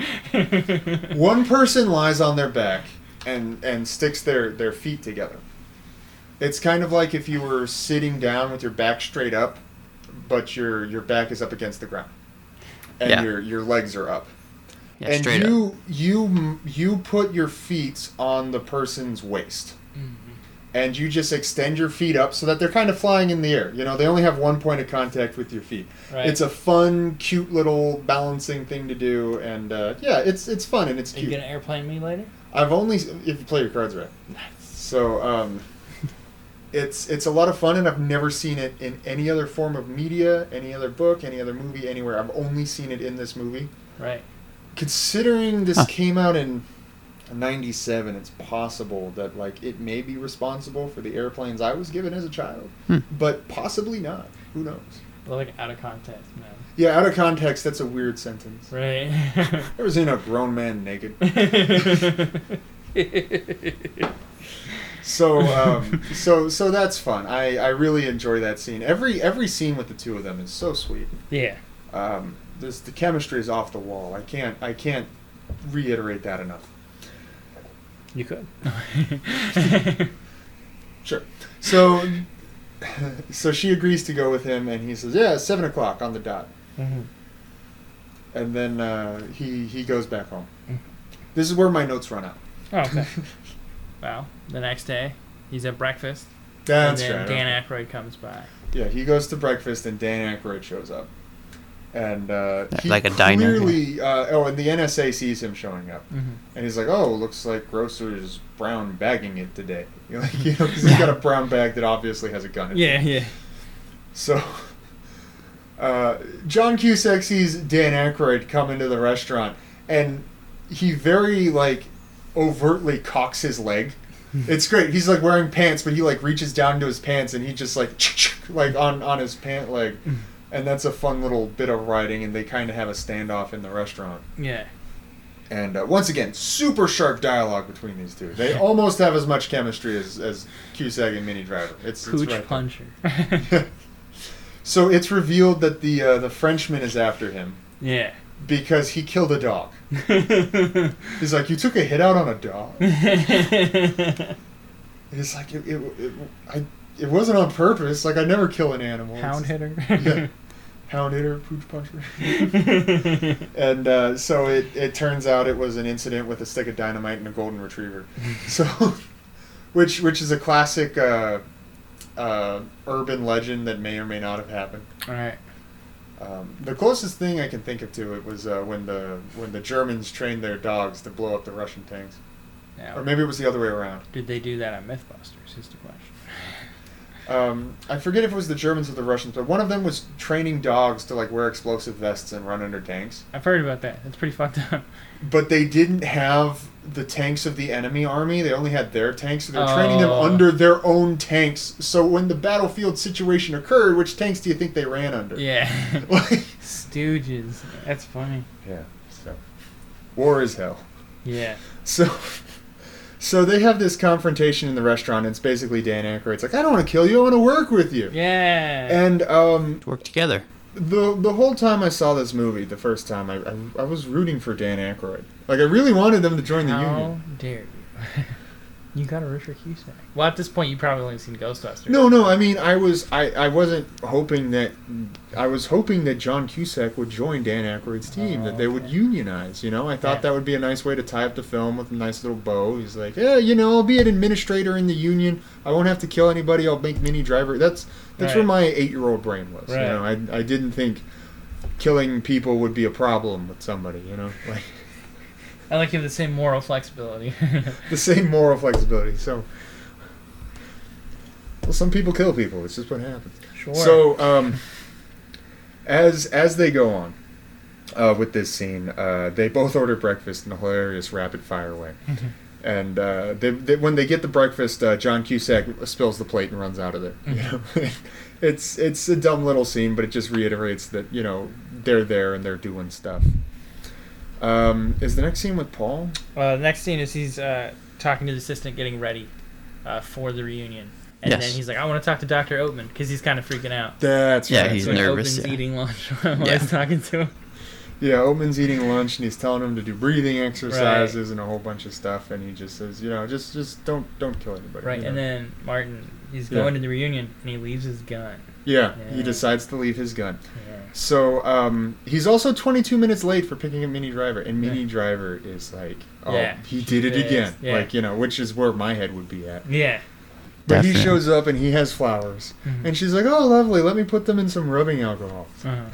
S2: <laughs>
S1: One person lies on their back and and sticks their their feet together. It's kind of like if you were sitting down with your back straight up, but your your back is up against the ground, and
S3: Yeah.
S1: your your legs are up.
S3: Yeah,
S1: and
S3: straight up.
S1: you you you put your feet on the person's waist,
S2: Mm-hmm.
S1: and you just extend your feet up so that they're kind of flying in the air. You know, they only have one point of contact with your feet.
S2: Right.
S1: It's a fun, cute little balancing thing to do, and uh, yeah, it's it's fun and it's
S2: Are you
S1: cute.
S2: gonna airplane me later? <laughs>
S1: I've only if you play your cards right.
S2: Nice.
S1: So um, it's it's a lot of fun, and I've never seen it in any other form of media, any other book, any other movie, anywhere. I've only seen it in this movie.
S2: Right.
S1: Considering this
S3: Huh.
S1: came out in '97, it's possible that like it may be responsible for the airplanes I was given as a child,
S3: Hmm.
S1: but possibly not. Who knows?
S2: Like out of context, man.
S1: Yeah, out of context, that's a weird sentence.
S2: Right.
S1: There was in a grown man
S2: <laughs>
S1: naked. <laughs> So
S2: <laughs>
S1: um, so so that's fun. I, I really enjoy that scene. Every every scene with the two of them is so sweet.
S2: yeah.
S1: Um, this the chemistry is off the wall. I can't I can't reiterate that enough.
S2: You <laughs> could.
S1: Sure. So <laughs> so she agrees to go with him, and he says, "Yeah, seven o'clock on the dot."
S2: Mm-hmm.
S1: And then uh, he he goes back home.
S2: Mm-hmm.
S1: This is where my notes run out.
S2: Oh, okay. <laughs> well, the next day, he's at breakfast,
S1: That's
S2: and then
S1: right.
S2: Dan Aykroyd comes by.
S1: Yeah, he goes to breakfast and Dan Aykroyd shows up, and uh, he
S3: Like a diner, yeah.
S1: Clearly, uh, oh, and the NSA sees him showing up,
S2: Mm-hmm.
S1: and he's like, "Oh, looks like Grocer's brown bagging it today." <laughs> You know, you know, 'cause he's got a brown bag that obviously has a gun. In it.
S2: Yeah, yeah.
S1: So, <laughs> uh, John Cusack sees Dan Aykroyd come into the restaurant, and he very like overtly cocks his leg. It's great. He's like wearing pants, but he like reaches down to his pants, and he just like like on on his pant leg, and that's a fun little bit of writing. And they kind of have a standoff in the restaurant.
S2: Yeah.
S1: And uh, once again, super sharp dialogue between these two. They almost have as much chemistry as as Cusack and Mini Driver. It's, it's
S2: Pooch
S1: right there. <laughs>
S2: puncher.
S1: So it's revealed that the uh, the Frenchman is after him,
S2: <laughs> yeah.
S1: because he killed a dog. He's like, you took a hit out on a dog. And it's like it, it, it, I, it wasn't on purpose. Like I never kill an animal. It's-
S2: Hound
S1: Yeah.
S2: hitter.
S1: Hound hitter, pooch puncher. <laughs> And uh, so it, it turns out it was an incident with a stick of dynamite and a golden retriever. So, which which is a classic uh, uh, urban legend that may or may not have happened.
S2: <laughs> All right.
S1: Um, the closest thing I can think of to it was uh, when the when the Germans trained their dogs to blow up the Russian tanks, or
S2: Now,
S1: maybe it was the other way around.
S2: did they do that on MythBusters? Is the question.
S1: Um, I forget if it was the Germans or the Russians, but one of them was training dogs to like wear explosive vests and run under tanks.
S2: I've heard about that. That's pretty fucked up.
S1: But they didn't have the tanks of the enemy army; they only had their tanks, so they're training them
S2: Oh.
S1: under their own tanks. So when the battlefield situation occurred, which tanks do you think they ran under?
S2: Yeah.
S1: <laughs> Like,
S2: Stooges. That's funny.
S1: yeah. So, war is hell.
S2: Yeah.
S1: So, so they have this confrontation in the restaurant. And it's basically Dan Aykroyd's like, "I don't want to kill you. I want to work with you."
S2: Yeah.
S1: And um,
S3: Work together.
S1: the the whole time I saw this movie, the first time, I, I, I was rooting for Dan Aykroyd. Like I really wanted them to join the
S2: How
S1: union.
S2: dare you? you got a Richard Cusack. Well, at this point, you probably only seen Ghostbusters.
S1: No, no. I mean, I was I, I wasn't hoping that I was hoping that John Cusack would join Dan Aykroyd's team,
S2: Oh,
S1: that they would
S2: okay.
S1: unionize. You know, I thought
S2: Yeah.
S1: that would be a nice way to tie up the film with a nice little bow. He's like, yeah, you know, I'll be an administrator in the union. I won't have to kill anybody. I'll make mini driver. That's that's where
S2: Right.
S1: my eight year old brain was.
S2: Right.
S1: You know, I I didn't think killing people would be a problem with somebody. You know, <laughs> like.
S2: I like you have the same moral flexibility. <laughs>
S1: the same moral flexibility. So, well, some people kill people. It's just what happens.
S2: sure.
S1: So, um, as as they go on uh, with this scene, uh, they both order breakfast in a hilarious rapid fire way.
S3: Mm-hmm.
S1: And uh, they, they, when they get the breakfast, uh, John Cusack spills the plate and runs out of there.
S3: Mm-hmm.
S1: You know? <laughs> it's it's a dumb little scene, but it just reiterates that you know they're there and they're doing stuff. Um, is the next scene with Paul?
S2: Uh, the next scene is he's uh, talking to the assistant, getting ready uh, for the reunion, and
S3: Yes.
S2: then he's like, "I want to talk to Doctor Oatman because he's kind of freaking out."
S1: That's
S3: Yeah,
S1: right.
S3: he's
S2: Like,
S3: nervous,
S2: Oatman's
S3: yeah.
S2: eating lunch <laughs> while
S3: Yeah.
S2: he's talking to him.
S1: Yeah, Oatman's eating lunch and he's telling him to do breathing exercises and a whole bunch of stuff, and he just says, you know, just just don't don't kill anybody.
S2: Right,
S1: you
S2: and
S1: know.
S2: then Martin, he's
S1: Yeah.
S2: going to the reunion, and he leaves his gun.
S1: yeah, he
S2: Yeah.
S1: decides to leave his gun.
S2: Yeah.
S1: So um, he's also 22 minutes late for picking up Mini Driver, and Mini
S2: Yeah.
S1: Driver is like, oh,
S2: Yeah,
S1: he did it
S2: pissed,
S1: again,
S2: yeah.
S1: like you know, which is where my head would be at.
S2: Yeah.
S1: But he
S3: Definitely.
S1: shows up and he has flowers,
S2: Mhm.
S1: and she's like, oh, lovely, let me put them in some rubbing
S2: <laughs>
S1: alcohol,
S2: Uh-huh.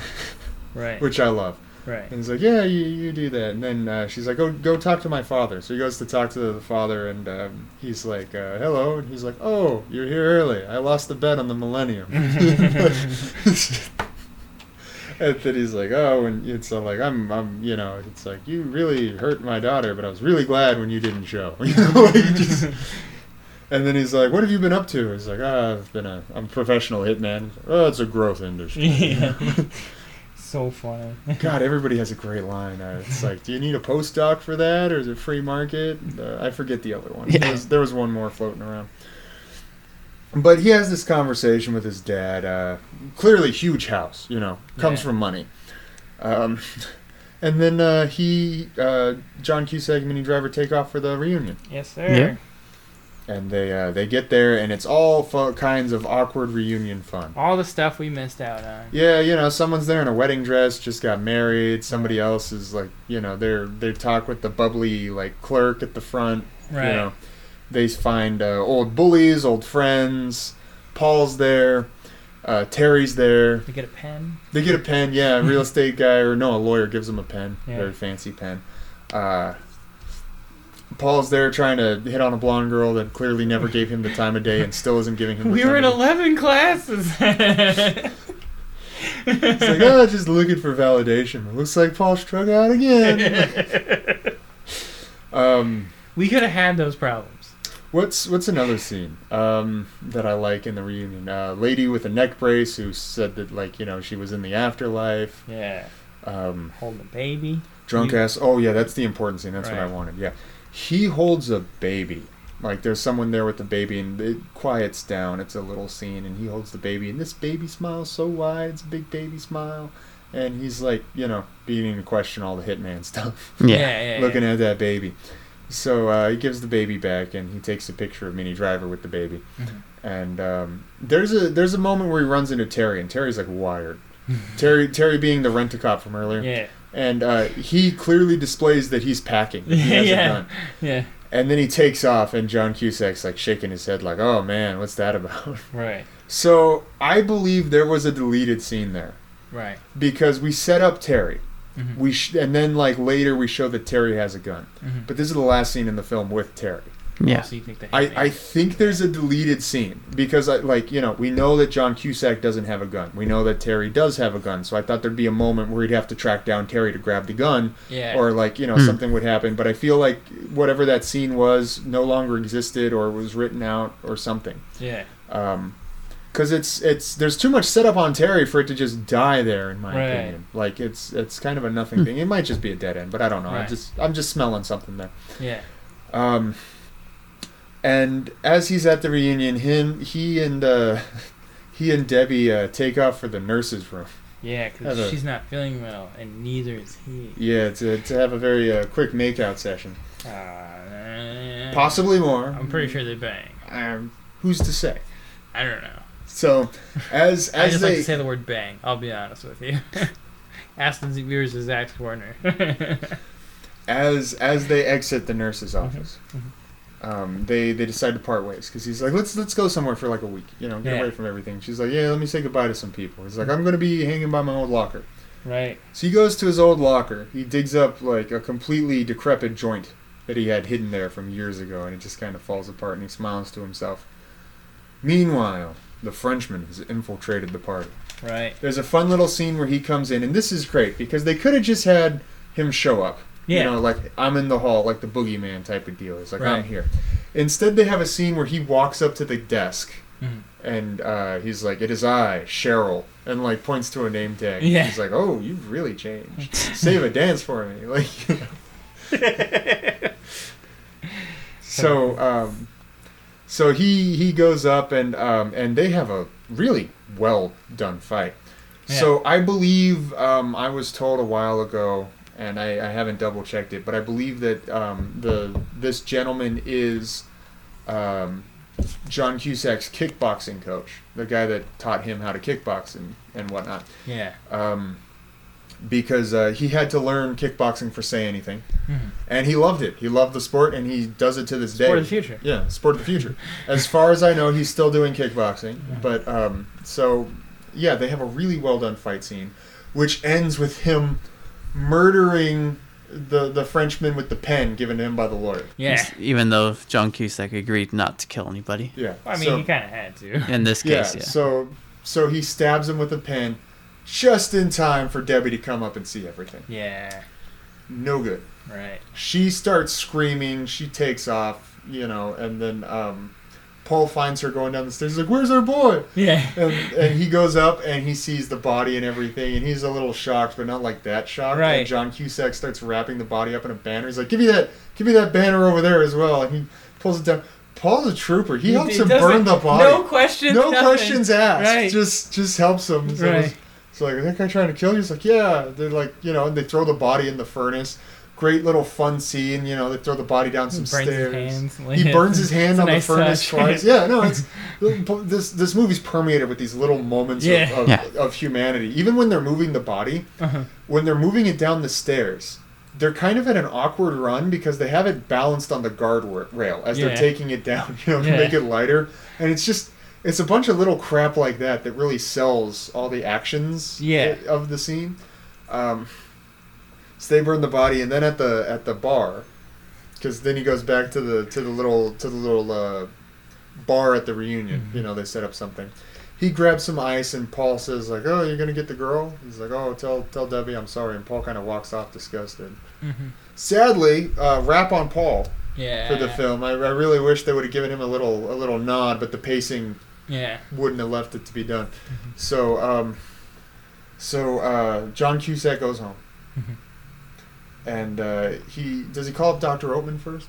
S2: Right.
S1: which I love.
S2: right.
S1: And <laughs> he's like, yeah, you, you do that. And then uh, she's like, go go talk to my father. So he goes to talk to the father, and um, he's like, uh, hello. And he's like, oh, you're here early. I lost the bet on the millennium. <laughs> and then he's like, oh, and it's uh, like, I'm, I'm, you know, it's like, you really hurt my daughter, but I was really glad when you didn't show. <laughs> You know, like, he <laughs>
S2: <laughs>
S1: just- and then he's like, what have you been up to? He's like, ah, I've been a, I'm a professional hitman. Oh, it's a growth industry.
S2: <laughs> yeah.
S1: <laughs>
S2: so funny.
S1: God, everybody has a great line. Uh, it's like, do you need a postdoc for that, or is it free market? Uh, I forget the other one. There,
S3: Yeah.
S1: was, there was one more floating around. But he has this conversation with his dad. Uh, clearly, huge house, you know, comes
S2: Yeah.
S1: from money. Um, <laughs> and then uh, he, uh, John Cusack, and Mini Driver take off for the reunion
S2: Yes, sir.
S1: and they uh, they get there, and it's all fu- kinds of awkward reunion fun.
S2: All the stuff we missed out on.
S1: Yeah, you know, someone's there in a wedding dress, just got married. Somebody else is like, you know, they're they talk with the bubbly like clerk at the front.
S2: Right.
S1: You know, they find uh, old bullies, old friends. Paul's there. Uh, Terry's there.
S2: We get a pen.
S1: They get a pen. Yeah, a
S2: <laughs>
S1: real estate guy or no, a lawyer gives them a pen.
S2: Yeah.
S1: Very fancy pen. Uh, Paul's there trying to hit on a blonde girl that clearly never gave him the time of day and still isn't giving him.
S2: We
S1: the time
S2: were in
S1: of day.
S2: eleven classes. <laughs>
S1: It's like, oh, just looking for validation. It looks like Paul struck out again. um,
S2: we could have had those problems.
S1: what's what's another scene um, that I like in the reunion? Uh, lady with a neck brace who said that, like, you know, she was in the afterlife.
S2: Yeah.
S1: Um,
S2: Holding a baby.
S1: drunk
S2: You-
S1: ass. Oh, yeah, that's the important scene. That's what I
S2: Right.
S1: wanted. Yeah. He holds a baby. Like, there's someone there with the baby, and it quiets down. It's a little scene, and he holds the baby, and this baby smiles so wide. It's a big baby smile. and he's like, you know, beginning to question all the hitman <laughs> stuff,
S3: Yeah.
S2: yeah, yeah.
S1: looking at that baby. So uh, he gives the baby back, and he takes a picture of Minnie Driver with the baby.
S2: Mhm.
S1: And um, there's a there's a moment where he runs into Terry, and Terry's like
S2: <laughs>
S1: wired. Terry Terry being the rent a cop from earlier,
S2: yeah,
S1: and uh, he clearly displays that he's packing. He has a
S2: Yeah.
S1: gun.
S2: yeah,
S1: And then he takes off, and John Cusack's like shaking his head, like, "Oh man, what's that about?" <laughs>
S2: right,
S1: So I believe there was a deleted scene there
S2: right.
S1: because we set up Terry,
S2: Mhm.
S1: we sh- and then like later we show that Terry has a gun,
S2: Mhm.
S1: but this is the last scene in the film with Terry.
S3: Yeah.
S2: So you think they?
S1: I, I think there's a deleted scene because I like you know we know that John Cusack doesn't have a gun. We know that Terry does have a gun. So I thought there'd be a moment where he'd have to track down Terry to grab the gun,
S2: yeah.
S1: or like you know
S3: Hmm.
S1: something would happen. But I feel like whatever that scene was no longer existed or was written out or something.
S2: yeah.
S1: Um 'cause because it's it's there's too much setup on Terry for it to just die there in my
S2: Right.
S1: opinion. Like it's it's kind of a nothing thing. It might just be a dead end, but I don't know. I
S2: Right.
S1: just I'm just smelling something there.
S2: Yeah.
S1: Um, and as he's at the reunion, him, he and uh, <laughs> he and Debbie uh, take off for the nurses' room.
S2: Yeah.
S1: Have a-
S2: Because she's not feeling well, and neither is he.
S1: Yeah, to, to have a very uh, quick makeout session,
S2: Uh,
S1: possibly more.
S2: I'm pretty sure they bang.
S1: Um, who's to say?
S2: I don't know.
S1: So, as
S2: <laughs> I
S1: as
S2: just
S1: they
S2: like to say the word bang. I'll be honest with you. <laughs> Aston's viewers is Zach Warner. <laughs>
S1: as as they exit the nurse's
S2: Mm-hmm,
S1: office, um, they they decide to part ways because he's like, let's let's go somewhere for like a week, you know, get
S2: Yeah. Mm-hmm.
S1: away from everything. She's like, yeah, let me say goodbye to some people. He's like, I'm gonna be hanging by my old locker.
S2: right.
S1: So he goes to his old locker. He digs up like a completely decrepit joint that he had hidden there from years ago, and it just kind of falls apart. And he smiles to himself. Meanwhile, the Frenchman has infiltrated the party.
S2: Right.
S1: There's a fun little scene where he comes in, and this is great because they could have just had him show up.
S2: Yeah.
S1: You know, like I'm in the hall, like the boogeyman type of deal. It's like I'm
S2: Right.
S1: here. Instead, they have a scene where he walks up to the desk.
S2: Mhm.
S1: And uh, he's like, "It is I, Cheryl," and like points to a name tag.
S2: Yeah.
S1: He's like, "Oh, you've really changed. Save a dance for me." <laughs> Like, you know. so um, so he he goes up and um, and they have a really well done fight. So I believe um, I was told a while ago, and I, I haven't double checked it, but I believe that um, the this gentleman is um, John Cusack's kickboxing coach, the guy that taught him how to kickbox and and whatnot,
S2: Yeah.
S1: um, because uh, he had to learn kickboxing for say anything,
S2: Mhm.
S1: and he loved it. He loved the sport, and he does it to this day.
S2: For the future.
S1: Yeah, sport of the future. As far as I know, he's still doing kickboxing. But um, so, yeah, they have a really well done fight scene, which ends with him murdering the the Frenchman with the pen given to him by the lawyer.
S2: Yeah.
S3: Even though John Cusack agreed not to kill anybody.
S1: Yeah,
S2: I mean,
S1: so-
S2: he kind of
S1: <laughs>
S2: had to.
S3: In this
S1: yeah,
S3: case, yeah.
S1: So so he stabs him with a pen, just in time for Debbie to come up and see everything.
S2: Yeah.
S1: No good.
S2: Right.
S1: she starts screaming. She takes off, you know, and then um, Paul finds her going down the stairs. He's like, "Where's our boy?"
S2: Yeah.
S1: And, and he goes up and he sees the body and everything, and he's a little shocked, but not like that shocked.
S2: Right.
S1: And John Cusack starts wrapping the body up in a banner. He's like, "Give me that, give me that banner over there as well." And he pulls it down. Paul's a trooper. He, helps him
S2: does
S1: burn
S2: it.
S1: the body.
S2: No questions.
S1: No
S2: nothing.
S1: questions asked.
S2: Right.
S1: Just just helps him. So
S2: Right.
S1: it's- It's like, is that guy trying to kill you? He's like, yeah. They're like, you know, and they throw the body in the furnace. Great little fun scene. You know, they throw the body down some
S2: burns his
S1: stairs.
S2: hands, <laughs> like-
S1: he burns his hand
S2: It's a
S1: on
S2: nice
S1: the furnace
S2: touch. <laughs>
S1: twice. Yeah, no, it's this this movie's permeated with these little moments
S2: Yeah.
S1: of, of,
S3: Yeah.
S1: of humanity. Even when they're moving the body,
S2: Uh-huh.
S1: when they're moving it down the stairs, they're kind of at an awkward run because they have it balanced on the guard wa- rail as they're
S2: Yeah.
S1: taking it down, <laughs> you know, to
S2: Yeah.
S1: make it lighter. And it's just it's a bunch of little crap like that that really sells all the actions
S2: Yeah.
S1: i- of the scene. Um, so they burn the body, and then at the at the bar, because then he goes back to the to the little to the little uh, bar at the reunion. You know, they set up something. He grabs some ice, and Paul says like, "Oh, you're gonna get the girl." He's like, "Oh, tell tell Debbie I'm sorry." And Paul kind of walks off disgusted.
S2: Mhm.
S1: Sadly, uh, rap on Paul
S2: Yeah.
S1: for the film. I, I really wish they would have given him a little a little nod, but the pacing
S2: Yeah.
S1: wouldn't have left it to be done. So, um, so uh, John Cusack goes home, and uh, he does he call up Doctor Oatman first?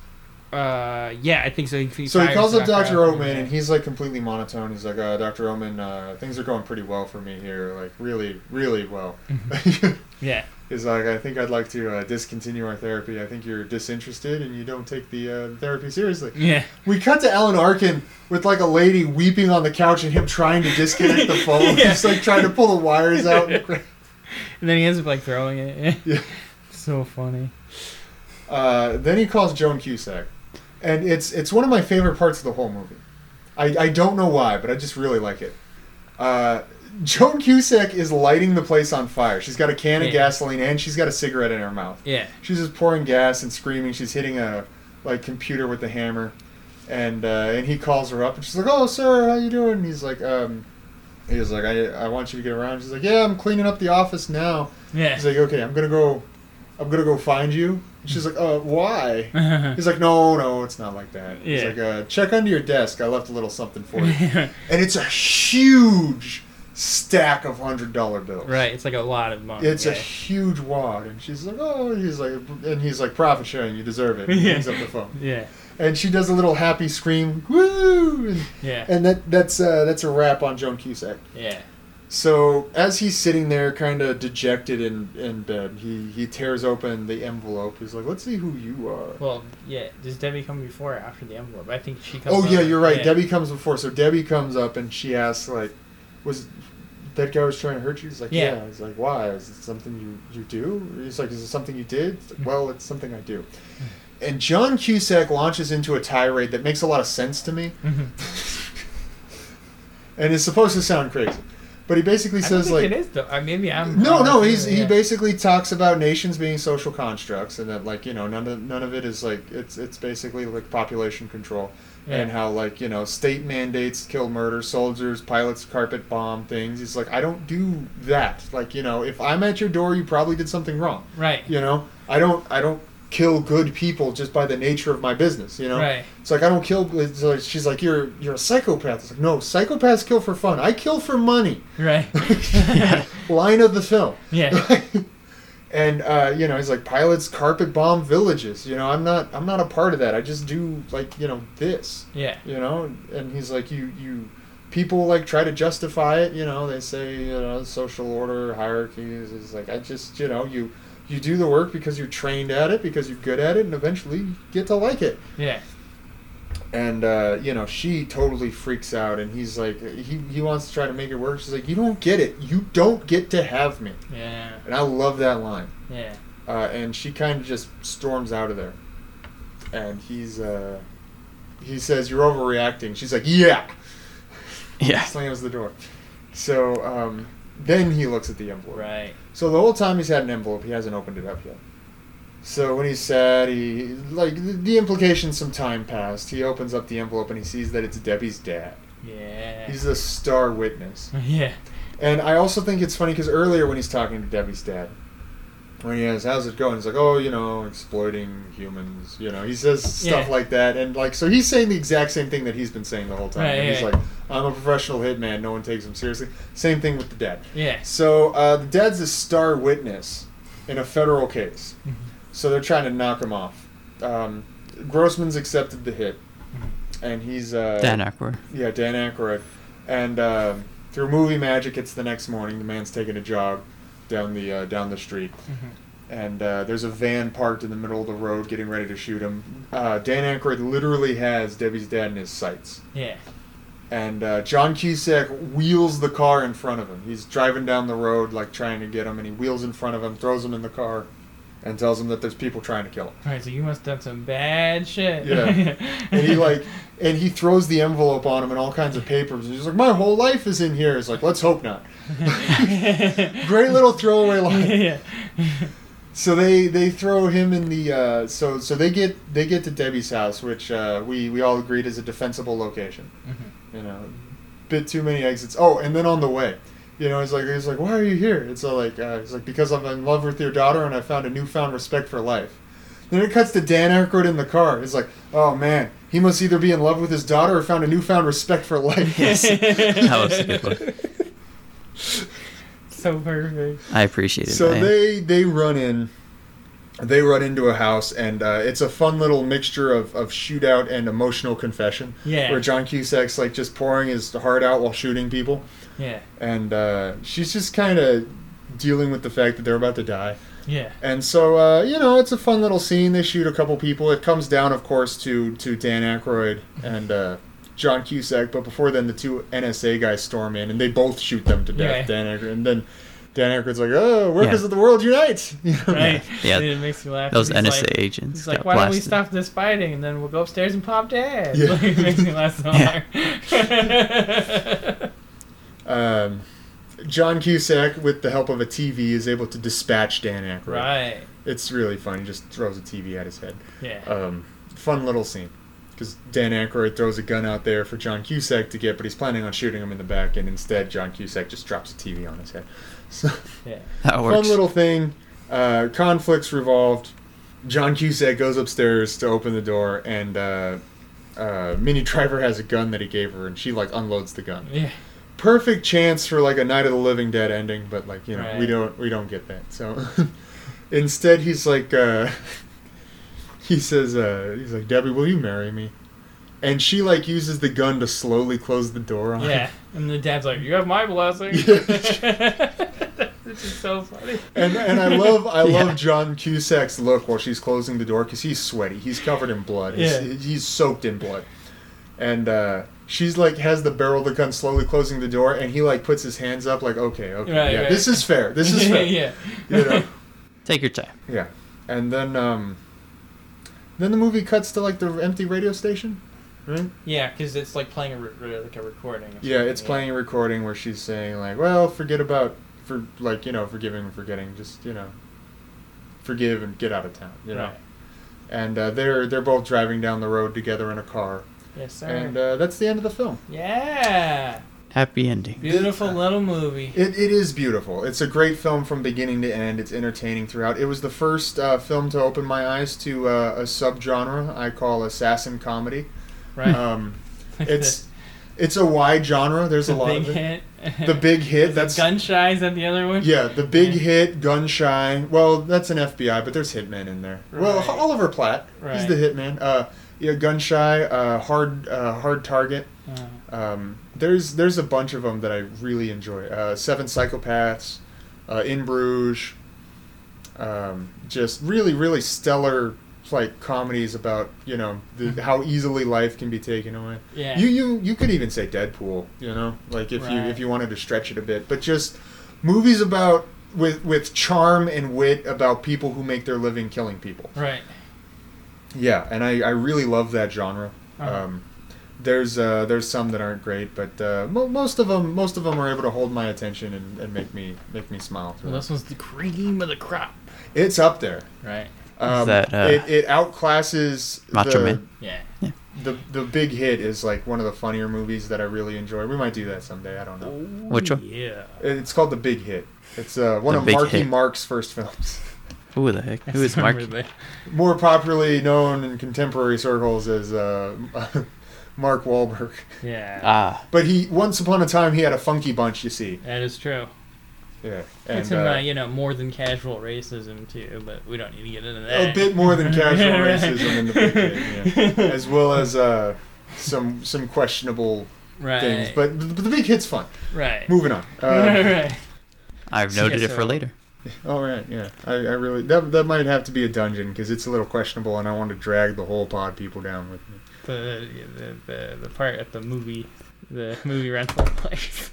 S2: Uh, yeah, I think so. He,
S1: So he
S2: fires
S1: calls up
S2: Dr.
S1: Dr. Oatman
S2: yeah.
S1: and he's like completely monotone. He's like, uh, Dr. Oatman, uh, things are going pretty well for me here. Like, really, really well.
S2: Mm-hmm. Yeah.
S1: <laughs> he's like, I think I'd like to uh, discontinue our therapy. I think you're disinterested and you don't take the uh, therapy seriously.
S2: Yeah.
S1: We cut to Alan Arkin with like a lady weeping on the couch and him trying to disconnect
S2: <laughs>
S1: the phone.
S2: Yeah.
S1: He's like trying to pull the wires
S2: <laughs>
S1: out.
S2: And then he ends up like throwing it. <laughs>
S1: Yeah.
S2: So funny.
S1: Uh, then he calls Joan Cusack, and it's it's one of my favorite parts of the whole movie. I, I don't know why, but I just really like it. Uh, Joan Cusack is lighting the place on fire. She's got a can
S2: Yeah.
S1: of gasoline and she's got a cigarette in her mouth.
S2: Yeah.
S1: She's just pouring gas and screaming. She's hitting a like computer with the hammer, and uh, and he calls her up and she's like, "Oh, sir, how you doing?" And he's like, um, he's like, I, I want you to get around. She's like, "Yeah, I'm cleaning up the office now."
S2: Yeah.
S1: He's like, "Okay, I'm gonna go, I'm gonna go find you." She's like, "Uh, why?"
S2: <laughs>
S1: He's like, no, no, it's not like that. He's
S2: Yeah.
S1: like, uh, check under your desk. I left a little something for you. <laughs>
S2: right.
S1: and it's a huge stack of hundred dollar bills.
S2: It's like a lot of money.
S1: It's a
S2: yeah.
S1: huge wad, and she's like, "Oh," he's like, and he's like, "Profit sharing, you deserve it." And
S2: Yeah.
S1: He hangs up the phone,
S2: Yeah.
S1: and she does a little happy scream, "Woo!" And,
S2: Yeah.
S1: and that that's uh, that's a wrap on Joan Cusack.
S2: Yeah.
S1: So as he's sitting there, kind of dejected in, in bed, he he tears open the envelope. He's like, "Let's see who you are."
S2: Well, yeah. Does Debbie come before or after the envelope? I think she comes.
S1: Oh yeah,
S2: over.
S1: you're right.
S2: Yeah.
S1: Debbie comes before, so Debbie comes up and she asks like, "Was that guy was trying to hurt you?" He's like,
S2: Yeah.
S1: "Yeah." He's like, "Why? Is it something you you do?" He's like, "Is it something you did?" It's like, well, it's something I
S2: <laughs>
S1: do. And John Cusack launches into a tirade that makes a lot of sense to
S2: <laughs>
S1: me,
S2: Mhm.
S1: and it's supposed to sound crazy, but he basically
S2: I don't
S1: says
S2: think
S1: like.
S2: it is though. Uh, maybe I'm.
S1: No,
S2: wrong.
S1: no, he's he
S2: Yeah.
S1: basically talks about nations being social constructs and that like, you know, none of none of it is like it's it's basically like population control
S2: Yeah.
S1: and how like, you know, state mandates kill murder, soldiers, pilots carpet bomb things. He's like, I don't do that. Like, you know, if I'm at your door, you probably did something wrong.
S2: Right.
S1: You know, I don't I don't kill good people just by the nature of my business, you know?
S2: Right.
S1: It's like I don't kill it's like- she's like you're you're a psychopath. It's like no, psychopaths kill for fun. I kill for money. <laughs>
S2: Right. <laughs>
S1: Line of the film.
S2: yeah.
S1: <laughs> and uh, you know, he's like pilots carpet bomb villages. You know, I'm not I'm not a part of that. I just do like you know this.
S2: Yeah.
S1: You know, and he's like you you people like try to justify it. You know, they say you know social order hierarchies. It's like I just you know you you do the work because you're trained at it because you're good at it and eventually you get to like it
S2: Yeah.
S1: and uh, you know she totally freaks out and he's like he, he wants to try to make it work she's like you don't get it you don't get to have me
S2: Yeah.
S1: and i love that line
S2: Yeah.
S1: uh, and she kind of just storms out of there. And he's uh, he says, "You're overreacting." She's like, "Yeah."
S3: Yeah.
S1: Slams the door. So um, then he looks at the envelope.
S2: Right.
S1: So the whole time he's had an envelope, he hasn't opened it up yet. So when he's sad, he like the, the implication. Some time passed. He opens up the envelope and he sees that it's Debbie's dad.
S2: Yeah.
S1: He's the star witness.
S2: <laughs> yeah.
S1: And I also think it's funny because earlier when he's talking to Debbie's dad, when he asks, "How's it going?" He's like, "Oh, you know, exploiting humans." You know, he says stuff
S2: Yeah.
S1: like that, and like so he's saying the exact same thing that he's been saying the whole time.
S2: Right,
S1: And he's
S2: yeah.
S1: like, "I'm a professional hitman. No one takes him seriously." Same thing with the dad.
S2: Yeah.
S1: So uh, the dad's a star witness in a federal case, so they're trying to knock him off. Um, Grossman's accepted the hit, and he's uh,
S3: Dan Aykroyd.
S1: yeah, Dan Aykroyd. And um, through movie magic, it's the next morning. The man's taking a jog down the uh, down the street, and uh, there's a van parked in the middle of the road, getting ready to shoot him. Uh, Dan Aykroyd literally has Debbie's dad in his sights,
S2: Yeah.
S1: and uh, John Cusack wheels the car in front of him. He's driving down the road, like trying to get him, and he wheels in front of him, throws him in the car, and tells him that there's people trying to kill him.
S2: All right. So you must have done some bad shit. <laughs>
S1: Yeah. and he like and he throws the envelope on him and all kinds of papers. He's like, my whole life is in here. It's like, let's hope not. Great little <laughs>
S2: <laughs>
S1: throwaway line.
S2: yeah.
S1: So they they throw him in the uh, so so they get they get to Debbie's house, which uh, we we all agreed is a defensible location. You know, bit too many exits. Oh, and then on the way. You know, he's like, he's like, why are you here? It's all like, uh, he's like, because I'm in love with your daughter and I found a newfound respect for life. Then it cuts to Dan Aykroyd in the car. It's like, oh man, he must either be in love with his daughter or found a newfound respect for life. <laughs>
S3: Yes. that was a good one.
S2: <laughs> So perfect.
S3: I appreciate it.
S1: so
S3: man.
S1: they they run in They run into a house, and uh, it's a fun little mixture of, of shootout and emotional confession.
S2: Yeah.
S1: Where John Cusack's like just pouring his heart out while shooting people,
S2: Yeah.
S1: and uh, she's just kind of dealing with the fact that they're about to die.
S2: Yeah.
S1: And so, uh, you know, it's a fun little scene. They shoot a couple people. It comes down, of course, to to Dan Aykroyd and uh, John Cusack. But before then, the two NSA guys storm in, and they both shoot them to death.
S2: Yeah.
S1: Dan Aykroyd, and then Dan Aykroyd's like, "Oh, workers
S3: Yeah.
S1: of the world unite!" <laughs> You know?
S2: Right.
S3: Yeah.
S2: Dude, it makes me laugh.
S3: Those
S2: He's
S3: NSA
S2: Like,
S3: agents.
S2: he's like,
S3: got
S2: why don't we
S3: blasted.
S2: stop this fighting and then we'll go upstairs and pop dad?
S1: Yeah.
S2: Like, <laughs> it makes me laugh so
S3: Yeah.
S2: hard. <laughs>
S1: Um, John Cusack, with the help of a TV, is able to dispatch Dan Aykroyd.
S2: right.
S1: It's really fun. He just throws a TV at his head.
S2: Yeah.
S1: Um, fun little scene. Because Dan Aykroyd throws a gun out there for John Cusack to get, but he's planning on shooting him in the back, and instead John Cusack just drops a TV on his head. <laughs> So,
S2: yeah.
S3: <laughs> That
S1: fun
S3: works.
S1: little thing. Uh, conflicts revolved. John Cusack goes upstairs to open the door, and uh, uh, Minnie Driver has a gun that he gave her, and she like unloads the gun.
S2: Yeah.
S1: Perfect chance for like a Night of the Living Dead ending, but like you know we
S2: Right.
S1: don't we don't get that. So <laughs> instead, he's like uh, <laughs> he says uh, he's like Debbie, will you marry me? And she like uses the gun to slowly close the door on. him.
S2: Yeah. And the dad's like, you have
S1: <laughs>
S2: my blessing. <laughs> This is so funny.
S1: And, and I
S2: <laughs>
S1: love I
S3: Yeah.
S1: love John Cusack's look while she's closing the door because he's sweaty. He's covered in blood. He's,
S2: Yeah.
S1: he's soaked in blood. And uh, she's like has the barrel of the gun slowly closing the door, and he like puts his hands up like okay okay
S2: Right,
S1: yeah
S2: right.
S1: this is fair this is fair
S2: <laughs> yeah.
S1: you know
S3: Take your time.
S1: yeah. And then um, then the movie cuts to like the empty radio station. Right?
S2: Yeah, because it's like playing a re- re- like a recording. or
S1: Yeah, it's
S2: something,
S1: playing a recording where she's saying like, "Well, forget about for like you know forgiving and forgetting. Just you know, forgive and get out of town. You know."
S2: Right.
S1: And uh, they're they're both driving down the road together in a car,
S2: Yes, sir.
S1: and uh, that's the end of the film.
S2: yeah.
S3: Happy ending.
S2: Beautiful little movie.
S1: uh, It, it is beautiful. It's a great film from beginning to end. It's entertaining throughout. It was the first uh, film to open my eyes to uh, a subgenre I call assassin comedy.
S2: Right. <laughs>
S1: Um, it's it's a wide genre. There's a
S2: the
S1: lot
S2: big
S1: of it.
S2: hit.
S1: The big hit.
S2: Is it
S1: That's
S2: gun shy. Is that the other one?
S1: Yeah, the big
S2: Yeah.
S1: hit, Gun Shy. Well, that's an FBI, but there's hitmen in there. Well,
S2: Right.
S1: H- Oliver Platt, he's
S2: Right.
S1: the hitman. Uh, yeah, Gun Shy, uh, Hard, uh, Hard Target.
S2: Uh,
S1: Um, there's there's a bunch of them that I really enjoy. Uh, Seven Psychopaths, uh, In Bruges. Um, just really, really stellar like comedies about you know the, how easily life can be taken away.
S2: yeah.
S1: You you you could even say Deadpool, you know, like if you
S2: Right.
S1: if you wanted to stretch it a bit, but just movies about with with charm and wit about people who make their living killing people.
S2: right.
S1: Yeah, and I I really love that genre.
S2: Uh-huh.
S1: Um, there's uh, there's some that aren't great, but uh, mo- most of them most of them are able to hold my attention and, and make me make me smile.
S2: Well, this one's the cream of the crop.
S1: It's up there.
S2: Right.
S1: Um,
S3: that, uh,
S1: it, it outclasses the,
S3: Macho Man?
S2: Yeah.
S1: The the big hit is like one of the funnier movies that I really enjoy. We might do that someday. I don't know.
S3: Which one?
S2: Yeah.
S1: It's called The Big Hit. It's uh, one
S3: The
S1: of
S3: Big
S1: Marky
S3: Hit.
S1: Mark's first films. <laughs>
S3: Who the heck? Who is
S2: <laughs>
S3: Mark? <laughs>
S1: More popularly known in contemporary circles as uh, <laughs> Mark Wahlberg.
S2: Yeah.
S3: Ah,
S1: But he, once upon a time, he had a funky bunch, you see.
S2: that is true.
S1: Yeah. And,
S2: it's in, uh,
S1: uh,
S2: you know, more than casual racism, too, but we don't need to get into that.
S1: a bit more than casual
S2: Yeah, right.
S1: racism in The Big Hit, yeah. as well as uh, some some questionable
S2: Right.
S1: things. But th- but The Big Hit's fun.
S2: right.
S1: Moving on.
S2: <laughs> right.
S1: Uh,
S2: right.
S3: I've noted
S2: Yes,
S3: it
S2: sir.
S3: for later.
S1: all right, yeah. I, I really that that might have to be a dungeon because it's a little questionable, and I want to drag the whole pod people down with me.
S2: The, the, the, the part at the movie, the movie rental place.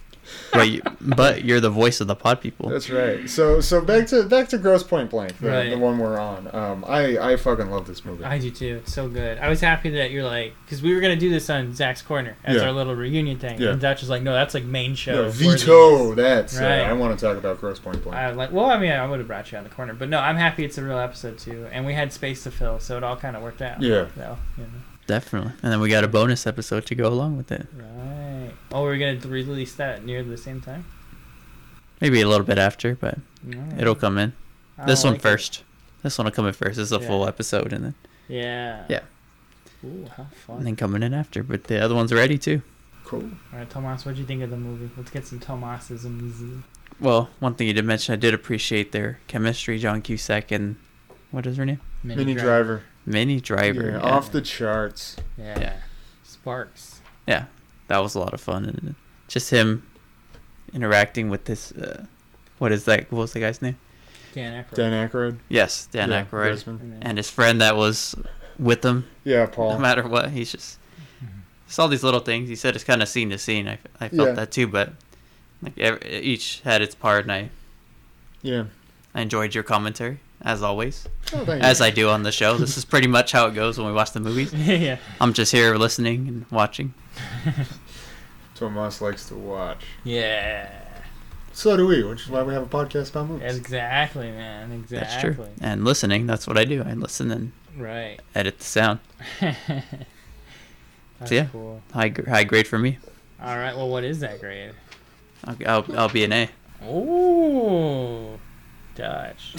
S3: But, you, but you're the voice of the pod people.
S1: That's right. So so back to back to Gross Point Blank, the,
S2: Right.
S1: the one we're on. Um, I I fucking love this movie.
S2: I do too. It's so good. I was happy that you're like, because we were gonna do this on Zach's Corner as
S1: Yeah.
S2: our little reunion thing,
S1: Yeah.
S2: and Dutch is like, no, that's like main show.
S1: No,
S2: for
S1: veto
S2: these."
S1: that. So
S2: Right.
S1: I want to talk about Gross Point Blank.
S2: I was like, well, I mean, I would have brought you on the corner, but no, I'm happy it's a real episode too, and we had space to fill, so it all kind of worked out.
S1: Yeah.
S2: So, you know.
S3: Definitely. And then we got a bonus episode to go along with it.
S2: Right. Oh, we're gonna release that near the same time.
S3: Maybe a little bit after, but
S2: Alright.
S3: it'll come in.
S2: I
S3: This
S2: don't
S3: one
S2: like it.
S3: first. This one will come in first. This is a
S2: Yeah.
S3: full episode, and then
S2: Yeah.
S3: Yeah.
S2: Ooh, how fun.
S3: and then coming in after. But the other one's ready too.
S1: Cool.
S2: All right, Tomas, what'd you think of the movie? Let's get some Tomasisms.
S3: Well, one thing you did mention, I did appreciate their chemistry, John Cusack and What is her name?
S2: <laughs> Mini,
S1: Mini
S2: Drive.
S1: Driver.
S3: Mini Driver.
S1: Yeah,
S3: Yeah,
S1: off the charts.
S2: Yeah.
S3: Yeah.
S2: Sparks.
S3: Yeah, that was a lot of fun, and just him interacting with this. Uh, what is that? What was the guy's name?
S2: Dan Aykroyd.
S1: Dan Aykroyd.
S3: Yes, Dan
S1: yeah,
S3: Aykroyd,
S1: Brisbane.
S2: And then-
S3: and his friend that was with him.
S1: Yeah,
S3: No
S1: Paul.
S3: matter what, he's just it's all these little things. He said it's kind of scene to scene. I, I felt
S1: Yeah.
S3: that too, but like every, each had its part, and I
S1: Yeah.
S3: I enjoyed your commentary as always,
S1: Oh, thank
S3: as
S1: you.
S3: I do on the show. This is pretty much how it goes when we watch the movies.
S2: yeah.
S3: I'm just here listening and watching.
S1: Tomas likes to watch.
S2: <laughs> Yeah.
S1: So do we, which is why we have a podcast about movies.
S2: Exactly, man. Exactly.
S3: That's true. And listening, that's what I do. I listen and
S2: Right. <laughs>
S3: edit the sound.
S2: That's
S3: yeah.
S2: cool.
S3: High gr- high grade for me.
S2: All right. Well, what is that grade?
S3: I'll, I'll, I'll be an A.
S2: Ooh. Dutch.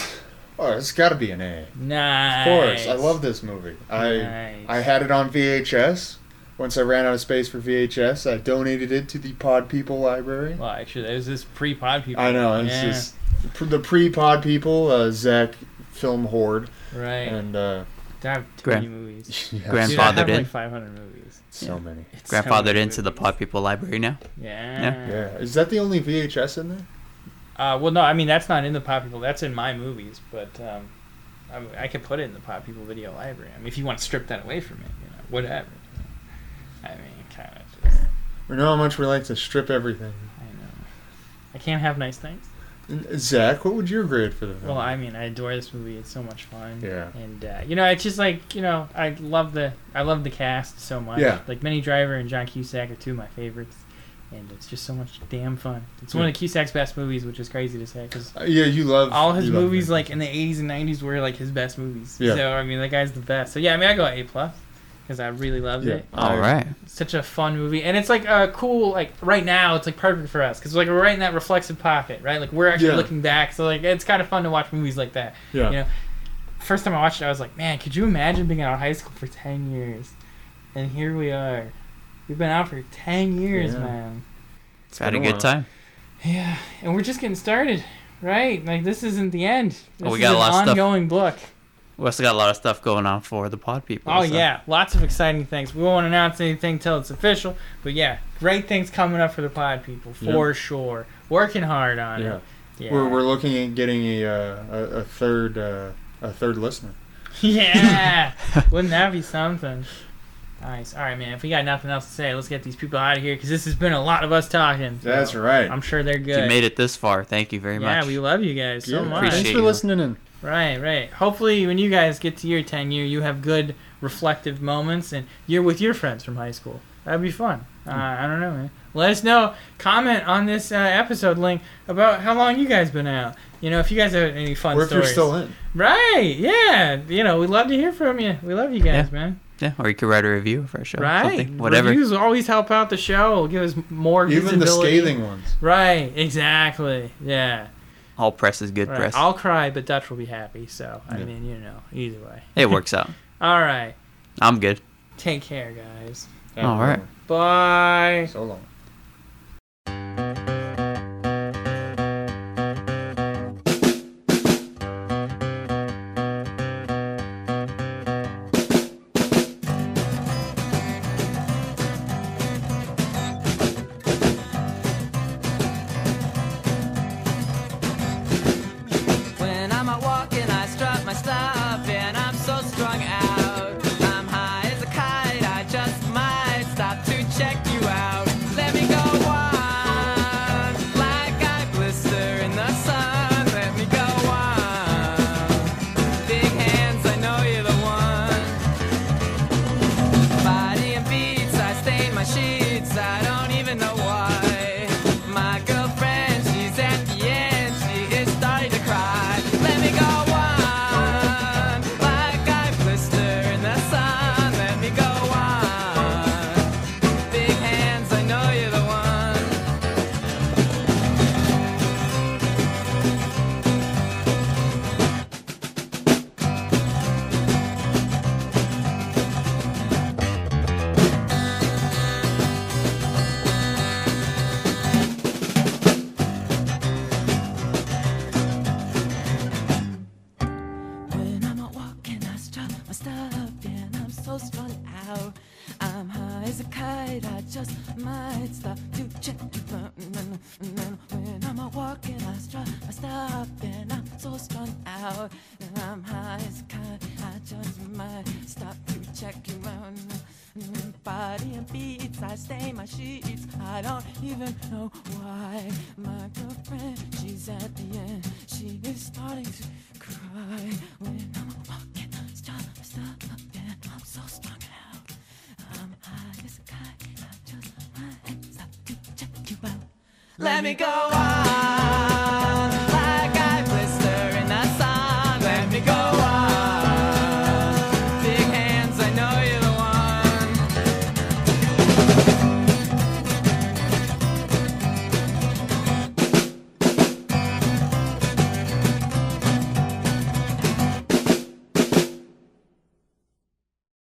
S1: Oh, it's got to be an A. Of
S2: Nice.
S1: course, I love this movie. I
S2: Nice.
S1: I had it on VHS. Once I ran out of space for VHS, I donated it to the Pod People Library.
S2: Well, actually, there's this pre-pod people.
S1: I know it's
S2: yeah,
S1: just pr- the pre-Pod People, uh, Zach film horde,
S2: right.
S1: and uh, <laughs>
S2: I have too
S3: Grand-
S2: many movies.
S1: yes,
S3: Grand-
S2: Dude, I have
S3: Grandfathered in.
S2: like 500 movies.
S1: so
S3: Yeah.
S1: many.
S2: It's so
S3: Grandfathered
S2: many
S3: into the
S2: movies.
S3: Pod People Library now.
S2: Yeah.
S1: Yeah, is that the only VHS in there?
S2: Uh, well, no, I mean that's not in the pod people. That's in my movies, but um, I, mean, I could put it in the pod people video library. I mean, if you want to strip that away from it, you know, whatever. I mean, kind of just.
S1: We know how much we like to strip everything.
S2: I know. I can't have nice things.
S1: And, uh, Zach, what would your grade for the film?
S2: Well, I mean, I adore this movie. It's so much fun.
S1: Yeah.
S2: And uh, you know, it's just like you know, I love the I love the cast so much.
S1: Yeah.
S2: Like Minnie Driver and John Cusack are two of my favorites, and it's just so much damn fun. It's one of Cusack's best movies, which is crazy to say because
S1: Uh, yeah, you love
S2: all his
S1: you love
S2: movies
S1: that.
S2: like in the '80s and '90s were like his best movies.
S1: Yeah.
S2: So I mean, that guy's the best. So yeah, I mean, I go A plus because I really loved
S1: Yeah.
S2: it.
S3: All right.
S2: Such a fun movie, and it's like a cool like right now. It's like perfect for us because like we're right in that reflexive pocket, right? Like we're actually
S1: Yeah.
S2: looking back, so like it's kind of fun to watch movies like that
S1: yeah.
S2: you know, first time I watched it, I was like, man, could you imagine being out of high school for 10 years? And here we are. We've been out for 10 years,
S1: Yeah.
S2: man.
S3: Had a
S1: been a
S3: good
S1: while.
S3: time.
S2: Yeah. And we're just getting started, right? Like, this isn't the end. This
S3: Oh, we
S2: is
S3: got a
S2: an
S3: lot of stuff.
S2: ongoing look.
S3: We also got a lot of stuff going on for the Pod People.
S2: Oh,
S3: so-
S2: yeah. Lots of exciting things. We won't announce anything till it's official. But yeah, great things coming up for the pod people, for sure. Working hard on
S1: yeah.
S2: it. Yeah.
S1: We're, we're looking at getting a uh, a, a third uh, a third listener. <laughs>
S2: Yeah, wouldn't that be something? Nice. All right, man. If we got nothing else to say, let's get these people out of here because this has been a lot of us talking. so
S1: That's right.
S2: I'm sure they're
S3: If
S2: good.
S3: you made it this far, thank you very
S2: yeah,
S3: much.
S2: we love you guys so
S1: Yeah,
S2: much.
S1: Thanks
S3: Appreciate
S1: for
S3: you.
S1: listening in.
S2: Right, right. Hopefully, when you guys get to your ten year, you have good reflective moments, and you're with your friends from high school. That'd be fun.
S1: Hmm.
S2: Uh, I don't know, man. Let us know. Comment on this uh, episode link about how long you guys been out. You know, if you guys have any fun
S1: Or if you're
S2: stories.
S1: still in.
S2: Right. Yeah. You know, we love to hear from you. We love you guys,
S3: Yeah.
S2: man.
S3: yeah, or you could write a review for our show.
S2: Right.
S3: Something, whatever.
S2: Reviews always help out the show. Give us more
S1: Even the
S2: visibility.
S1: scathing ones.
S2: Right. Exactly. Yeah.
S3: All press is good
S2: Right.
S3: press.
S2: I'll cry, but Dutch will be happy. So I
S1: Yeah.
S2: mean, you know, either way.
S3: It works out.
S2: All right.
S3: I'm good.
S2: Take care, guys.
S3: All right.
S2: Bye.
S1: So long.
S5: When I'm out walking, I strut my stuff, and I'm so strung out. I'm high as a kite, I just might stop to check you out. Let me I walk and I strut my stuff, and I'm so strung out, and I'm high as kite. I just might stop to check you out. Mm, Body and beats, I stain my sheets. I don't even know why. My girlfriend, she's at the end. She is starting to cry when I'm walking. I strut my stuff, and I'm so strung out. Um, I'm high as a kite. I just might stop to check you out. Let me go out.